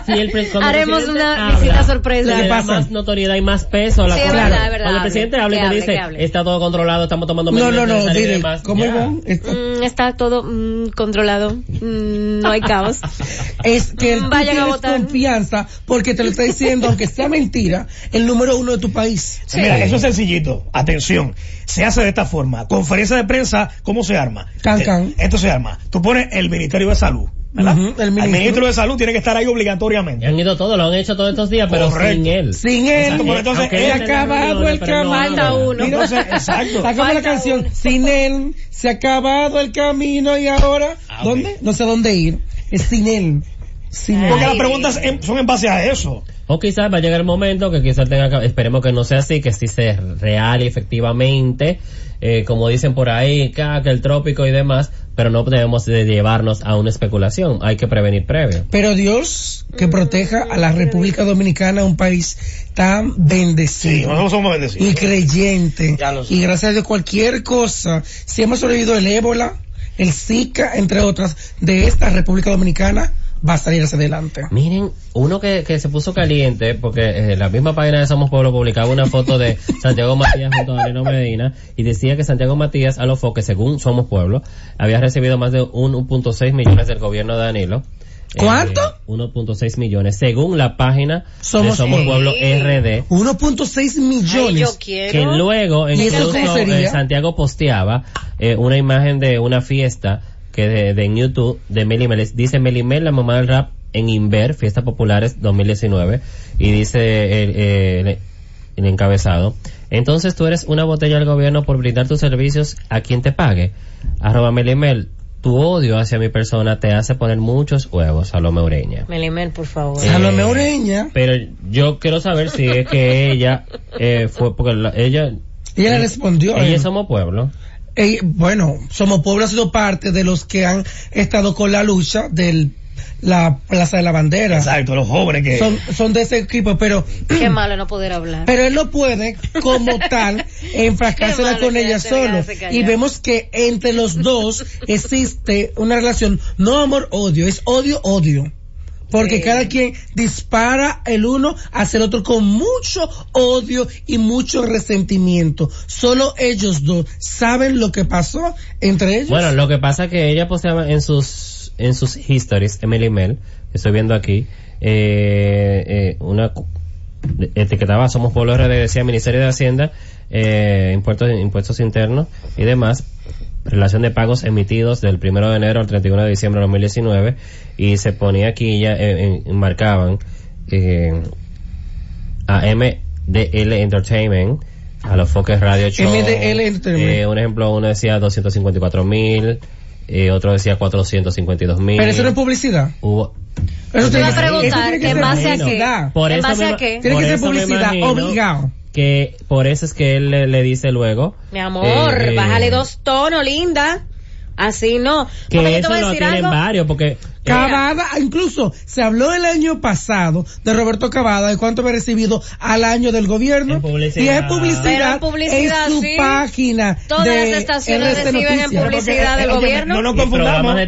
C: Si el pre- cuando el
A: Haremos
C: presidente
A: una
C: habla,
A: visita sorpresa.
C: Le
D: ¿Qué
C: da
D: pasa?
C: más notoriedad y más peso a la
A: Sí, es
C: cosa.
A: verdad, es verdad,
C: Cuando el
A: hable,
C: presidente habla y
A: que
C: te
A: hable,
C: dice,
A: que hable.
C: está todo controlado, estamos tomando
D: No,
C: medidas
D: no, no,
C: necesarias y
D: dile,
C: demás".
D: ¿cómo
C: Ya.
D: Ivonne? Esto-
A: Mm, está todo mm, controlado, Mm, no hay caos.
D: es que tú
A: Vayan a
D: tienes
A: votar.
D: confianza porque te lo está diciendo, aunque sea mentira, el número uno de tu país.
B: Mira, eso es sencillito. Atención. Se hace de esta forma. Conferencia de prensa, ¿cómo se arma?
D: Can,
B: Eh,
D: can.
B: Esto se arma. Tú pones el Ministerio de Salud. ¿verdad?
D: Ujú, el
B: el, ministro.
D: ministro.
B: de Salud tiene que estar ahí obligatoriamente.
C: Y han ido todos, lo han hecho todos estos días, pero
B: Correcto.
C: sin él.
D: Sin él,
B: Exacto, pero entonces
D: se
B: él-
D: ha acabado
C: reuniones,
D: el
C: pero no
D: camino.
A: Falta uno.
D: Mira,
B: Entonces, exacto.
D: Sacamos la
A: Falta
D: canción.
A: uno.
D: Sin él, se ha acabado el camino y ahora,
B: Ah,
D: ¿dónde?
B: ok.
D: No sé dónde ir. Es sin él. Sin
B: Porque
D: él.
B: las preguntas en- son en base a eso.
C: O quizás va a llegar el momento que quizás tenga que, esperemos que no sea así, que sí sea real y efectivamente, eh, como dicen por ahí, caca, el trópico y demás, pero no debemos de llevarnos a una especulación, hay que prevenir previo.
D: Pero Dios
A: Mm.
D: que proteja a la República Dominicana, un país tan
B: Sí,
D: bendecido.
B: nosotros somos bendecidos.
D: y creyente.
B: Este, Ya lo sé.
D: Y gracias a Dios, cualquier cosa, si hemos sobrevivido el ébola, el Zika, entre otras, de esta República Dominicana, va a salir hacia adelante.
C: Miren, uno que, que se puso caliente, porque eh, la misma página de Somos Pueblo publicaba una foto de Santiago Matías junto a Danilo Medina y decía que Santiago Matías Alofo, que según Somos Pueblo, había recibido más de un- 1.6 millones del gobierno de Danilo. Eh,
D: ¿Cuánto?
C: 1.6 millones, según la página
D: Somos-
C: de Somos Pueblo RD.
D: 1.6
A: Ay,
D: millones.
A: yo quiero.
C: que luego
D: ¿Y eso
C: incluso
D: cómo sería?
C: eh, Santiago posteaba eh, una imagen de una fiesta que de, de en YouTube de Melimel dice Melimel la mamá del rap en Inver fiestas populares 2019 y dice el, el- el encabezado entonces tú eres una botella al gobierno por brindar tus servicios a quien te pague arroba Melimel tu odio hacia mi persona te hace poner muchos huevos Salome Ureña
A: Melimel, por favor.
B: Eh,
D: Salome Ureña.
C: pero yo quiero saber si es que ella eh, fue porque la- ella
D: Ella le respondió.
C: ella
D: eh,
C: es Somos Pueblo.
D: eh, bueno, Somos Pueblo ha sido parte de los que han estado con la lucha del la Plaza de la Bandera.
B: Exacto, los jóvenes que...
D: Son, son de ese equipo, pero
A: Qué malo no poder hablar.
D: Pero él no puede, como tal, enfrascársela
A: Qué malo
D: con
A: que
D: ella
A: ya se le
D: solo.
A: hace callar.
D: Y vemos que entre los dos existe una relación, no amor-odio, es odio-odio. Porque
A: Sí.
D: cada quien dispara el uno hacia el otro con mucho odio y mucho resentimiento. Solo ellos dos saben lo que pasó entre ellos.
C: Bueno, lo que pasa es que ella posteaba en sus en sus histories, Emily Mel, que estoy viendo aquí, eh, eh, una cu- de- etiquetaba Somos Pueblo RD, decía Ministerio de Hacienda, eh, impuestos, impuestos internos y demás, relación de pagos emitidos del 1 de enero al 31 de diciembre de 2019 y se ponía aquí ya eh, eh, marcaban eh, a MDL Entertainment a los Foques Radio Show
D: MDL Entertainment.
C: eh, un ejemplo uno decía 254 mil eh, otro decía 452 mil
D: Pero eso no es publicidad.
C: Hubo-
D: Eso
A: Te iba a
D: que- eso
A: preguntar,
D: tiene que
A: ¿en
D: ser
A: base a
D: publicidad.
A: qué?
C: por
A: ¿En
C: eso
A: base
C: me-
A: a qué?
D: Tiene
C: por
D: que ser
C: eso me
D: publicidad,
C: imagino
D: obligado.
C: que por eso es que él le, le dice luego
A: Mi amor,
C: eh,
A: bájale dos tonos, linda. Así no. Porque
C: que
A: yo te
C: eso
A: voy a
C: lo
A: decir
C: tienen
A: algo.
C: varios porque
D: Cavada, incluso se habló el año pasado de Roberto Cavada de cuánto había recibido al año del gobierno.
C: En publicidad.
D: Y es publicidad,
A: Pero en publicidad,
D: en su
A: sí.
D: página.
A: Todas
D: de
A: las estaciones
D: RC
A: reciben en
D: Noticias.
A: publicidad.
B: Porque, eh,
A: del
B: óyeme,
A: gobierno.
B: No nos
C: los programas
B: confundamos.
C: de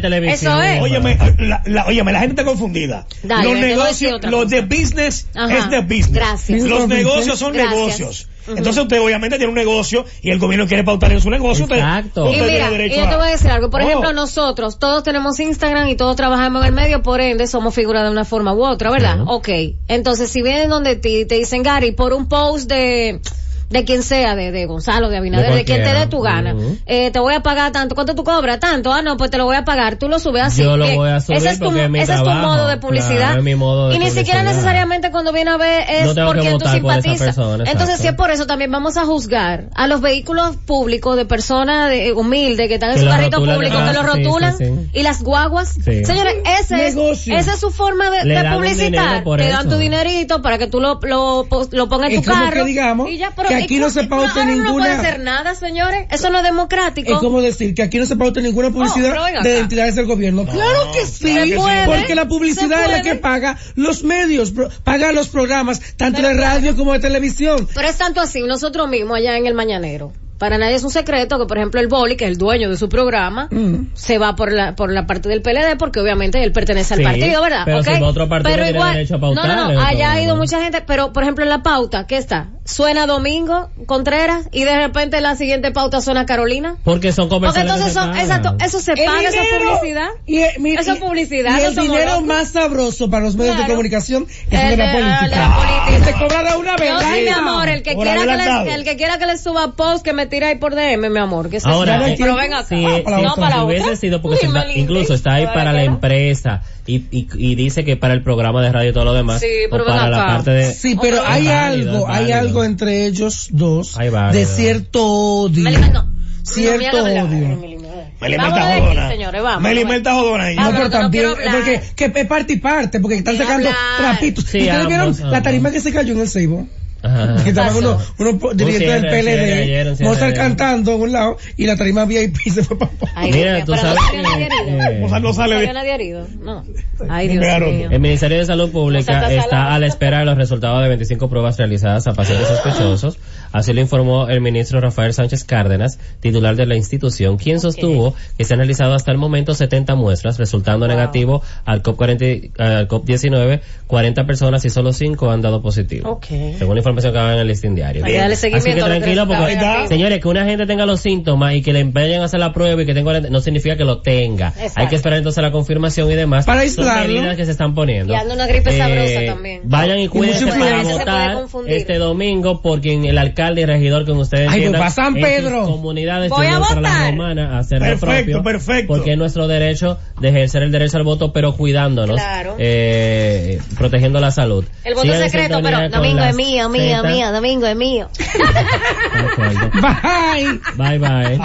A: Eso
C: televisión
A: es.
B: Óyeme, la, la- óyeme, la gente está confundida.
A: Dale,
B: los
A: te voy a decir
B: negocios,
A: otra
B: los
A: cosa.
B: de business
A: Ajá.
B: es de business.
A: Gracias.
B: Los negocios son
A: Gracias.
B: negocios.
A: Ujú.
B: Entonces usted obviamente tiene un negocio y el gobierno quiere pautar en su negocio. usted-
C: Exacto.
B: usted
A: Y
B: tiene
A: mira,
B: derecho
A: y yo te
B: a-
A: voy a decir algo. Por
B: Oh.
A: ejemplo, nosotros todos tenemos Instagram y todos trabajamos en el medio, por ende somos figuras de una forma u otra, ¿verdad?
C: Ujú.
A: Ok. Entonces, si vienen donde ti te dicen, Gary, por un post de de quien sea, de, de Gonzalo, de Abinader,
C: De
A: de, quien te dé
C: cualquiera. Uh-huh.
A: tu gana.
C: Ujú.
A: eh, te voy a pagar tanto. ¿Cuánto tú cobras? Tanto. Ah, no, pues te lo voy a pagar. Tú lo subes así.
C: Yo lo
A: Bien.
C: voy a subir
A: ese es tu,
C: porque es mi
A: ese es tu
C: trabajo.
A: modo de publicidad.
C: Claro, es mi modo de
A: y ni siquiera
C: publicidad.
A: necesariamente cuando viene a ver es
C: No tengo que
A: porque tú
C: votar por esa
A: simpatizas.
C: persona,
A: Entonces,
C: exacto.
A: si es por eso también vamos a juzgar a los vehículos públicos de personas de- humildes que están en
C: Que
A: su
C: los
A: carrito
C: rotulan.
A: público,
C: Ah,
A: que los
C: sí, sí,
A: rotulan
C: sí.
A: y las guaguas.
C: Sí.
A: Señores, ese es,
D: Negocio.
A: esa es su forma de, de
C: Le dan un
A: publicitar.
C: dinero por
A: Te dan
C: eso.
A: tu dinerito para que tú lo, lo, pos- lo pongas en
D: Es
A: tu
D: como
A: carro.
D: que digamos
A: y ya, pero
D: que
A: es
D: aquí no se pauta
A: ahora uno no
D: ninguna-
A: puede hacer nada, señores. Eso no es democrático.
D: Es como decir que aquí no se pauta ninguna publicidad
A: pero venga
D: de
A: Oh, acá.
D: entidades del gobierno. claro que sí,
A: Se puede,
D: porque la publicidad
A: se
D: es la
A: puede.
D: que paga los medios, pro- paga los programas, tanto de radio como de televisión.
A: Pero es tanto así, nosotros mismos allá en el Mañanero. Para nadie es un secreto que, por ejemplo, el Boli, que es el dueño de su programa,
D: Mm.
A: se va por la por la parte del PLD porque obviamente él pertenece al
C: Sí,
A: partido, ¿verdad?
C: pero
A: Ok,
C: si va otro partido
A: pero
C: tiene derecho a
A: no,
C: pautar,
A: no,
C: es
A: no,
C: otro
A: allá ha ido
C: problema.
A: mucha gente, pero por ejemplo en la pauta, ¿qué está? Suena Domingo Contreras y de repente la siguiente pauta suena Carolina.
C: porque son
A: Porque
C: comerciales
A: entonces
C: que se
A: son,
C: pagan.
A: exacto, eso se
D: El
A: paga, esa
D: dinero-
A: publicidad.
D: Y, eh, mi-
A: Eso
D: y-
A: es publicidad,
D: y
A: no
D: el
A: somos
D: dinero
A: locos.
D: más sabroso para los medios de
A: Claro.
D: comunicación es
A: El
D: el de la
A: de- ah,
D: política.
A: la política.
D: Que se cobrará una vez.
A: Yo sí, mi amor, el que,
B: Por
A: quiera que
B: adelantado.
A: le, el que quiera que le suba post que me tire ahí por DM, mi amor, que se
C: Ahora,
A: suba.
C: eh,
A: pero venga acá.
C: si,
D: Ah, para la otra.
C: si-
A: no, para
C: si
A: la
C: hubiese
A: otra.
C: sido, porque
A: Uy,
C: se está-
A: malindre.
C: incluso está ahí
A: Para
C: para la
A: cara.
C: empresa y, y, y dice que para el programa de radio y todo lo demás,
A: Sí,
C: o
A: pero ven
C: para la
A: acá.
C: parte de...
D: Sí, pero
A: Ok.
D: hay
C: Es válido,
D: algo,
C: es
D: hay
C: válido.
D: algo entre ellos dos
C: Hay varios.
D: de cierto odio.
A: Meli, no.
D: Cierto
A: No, mira, no,
D: odio.
A: no, Meli, no.
B: Meli
A: Vámonos
B: Melta
A: de aquí,
B: jodona.
A: señores, vamos.
B: Meli
A: Bueno.
B: Melta jodona ahí.
D: No,
A: Pablo,
D: pero
A: no quiero
D: también, eh,
A: hablar.
D: porque que es parte y parte, porque están
A: Quiero
D: sacando
A: hablar.
D: trapitos.
C: Sí,
D: ¿Y ustedes
C: ambos,
D: vieron la
C: ambos.
D: tarima que se cayó en el Seibo?
C: Ajá.
D: Que estaban
A: Pasó.
D: unos, unos po- dirigentes del
C: cierre, cierre ayer, un
D: PLD,
C: cierre
D: Mozart
C: ayer.
D: cantando a un lado y la tarima VIP se fue para abajo.
A: Ay, Dios
C: Mira,
A: mío,
C: tú
A: pero
C: sabes
A: no
C: que...
A: salió nadie herido.
C: eh,
B: O sea, no
A: No
B: sale
A: salió
B: de...
A: nadie herido, no. Ay, Dios
B: Claro.
A: mío.
C: El Ministerio de Salud Pública
A: Santa Sala.
C: está a la espera de los resultados de 25 pruebas realizadas a pacientes sospechosos. Así lo informó el ministro Rafael Sánchez Cárdenas, titular de la institución, quien sostuvo que se han realizado hasta el momento 70 muestras, resultando negativo al COP-40 y- al COP-19, 40 personas y solo 5 han dado positivo.
A: Ok.
C: Según la información que va en el listín diario.
A: Hay que darle
C: Así
A: seguimiento
C: que
A: a lo que
C: tranquilo,
A: resultaba
C: porque,
A: negativo.
C: señores, que una gente tenga los síntomas y que le empeñen a hacer la prueba y que tenga, no significa que lo tenga. Hay
A: Exacto.
C: que esperar entonces la confirmación y demás.
D: Para
C: Son
D: aislarlo.
C: medidas que se están poniendo. Eh,
A: Y anda una gripe sabrosa también.
C: Vayan y cuídense
D: mucha
C: para
A: influenza. Se puede
C: votar
A: confundir.
C: este domingo porque en el alcalde y regidor con ustedes
D: Ay,
C: entiendan,
D: pues, pa' San
C: en sus
D: Pedro.
C: comunidades
A: Voy a
C: tienen que ser las
A: votar.
C: romanas a hacer lo
B: Perfecto,
C: propio,
B: perfecto.
C: Porque es nuestro derecho de ejercer el derecho al voto, pero cuidándonos,
A: Claro.
C: eh, protegiendo la salud.
A: El voto
C: Sigan en
A: es secreto,
C: sintonía
A: pero
C: con
A: domingo
C: las
A: es mío, mío,
C: Zetas.
A: mío, domingo es mío.
C: De acuerdo.
D: Bye.
C: Bye bye.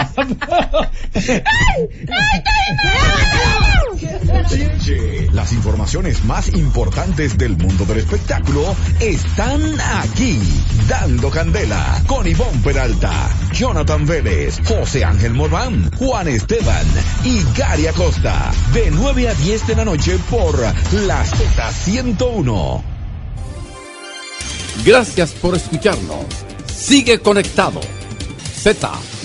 E: Las informaciones más importantes del mundo del espectáculo están aquí. Dando Candela con Ivonne Peralta, Jonathan Vélez, José Ángel Morván, Juan Esteban y Gary Acosta. De 9 a 10 de la noche por La Z101.
G: Gracias por escucharnos. Sigue conectado. Z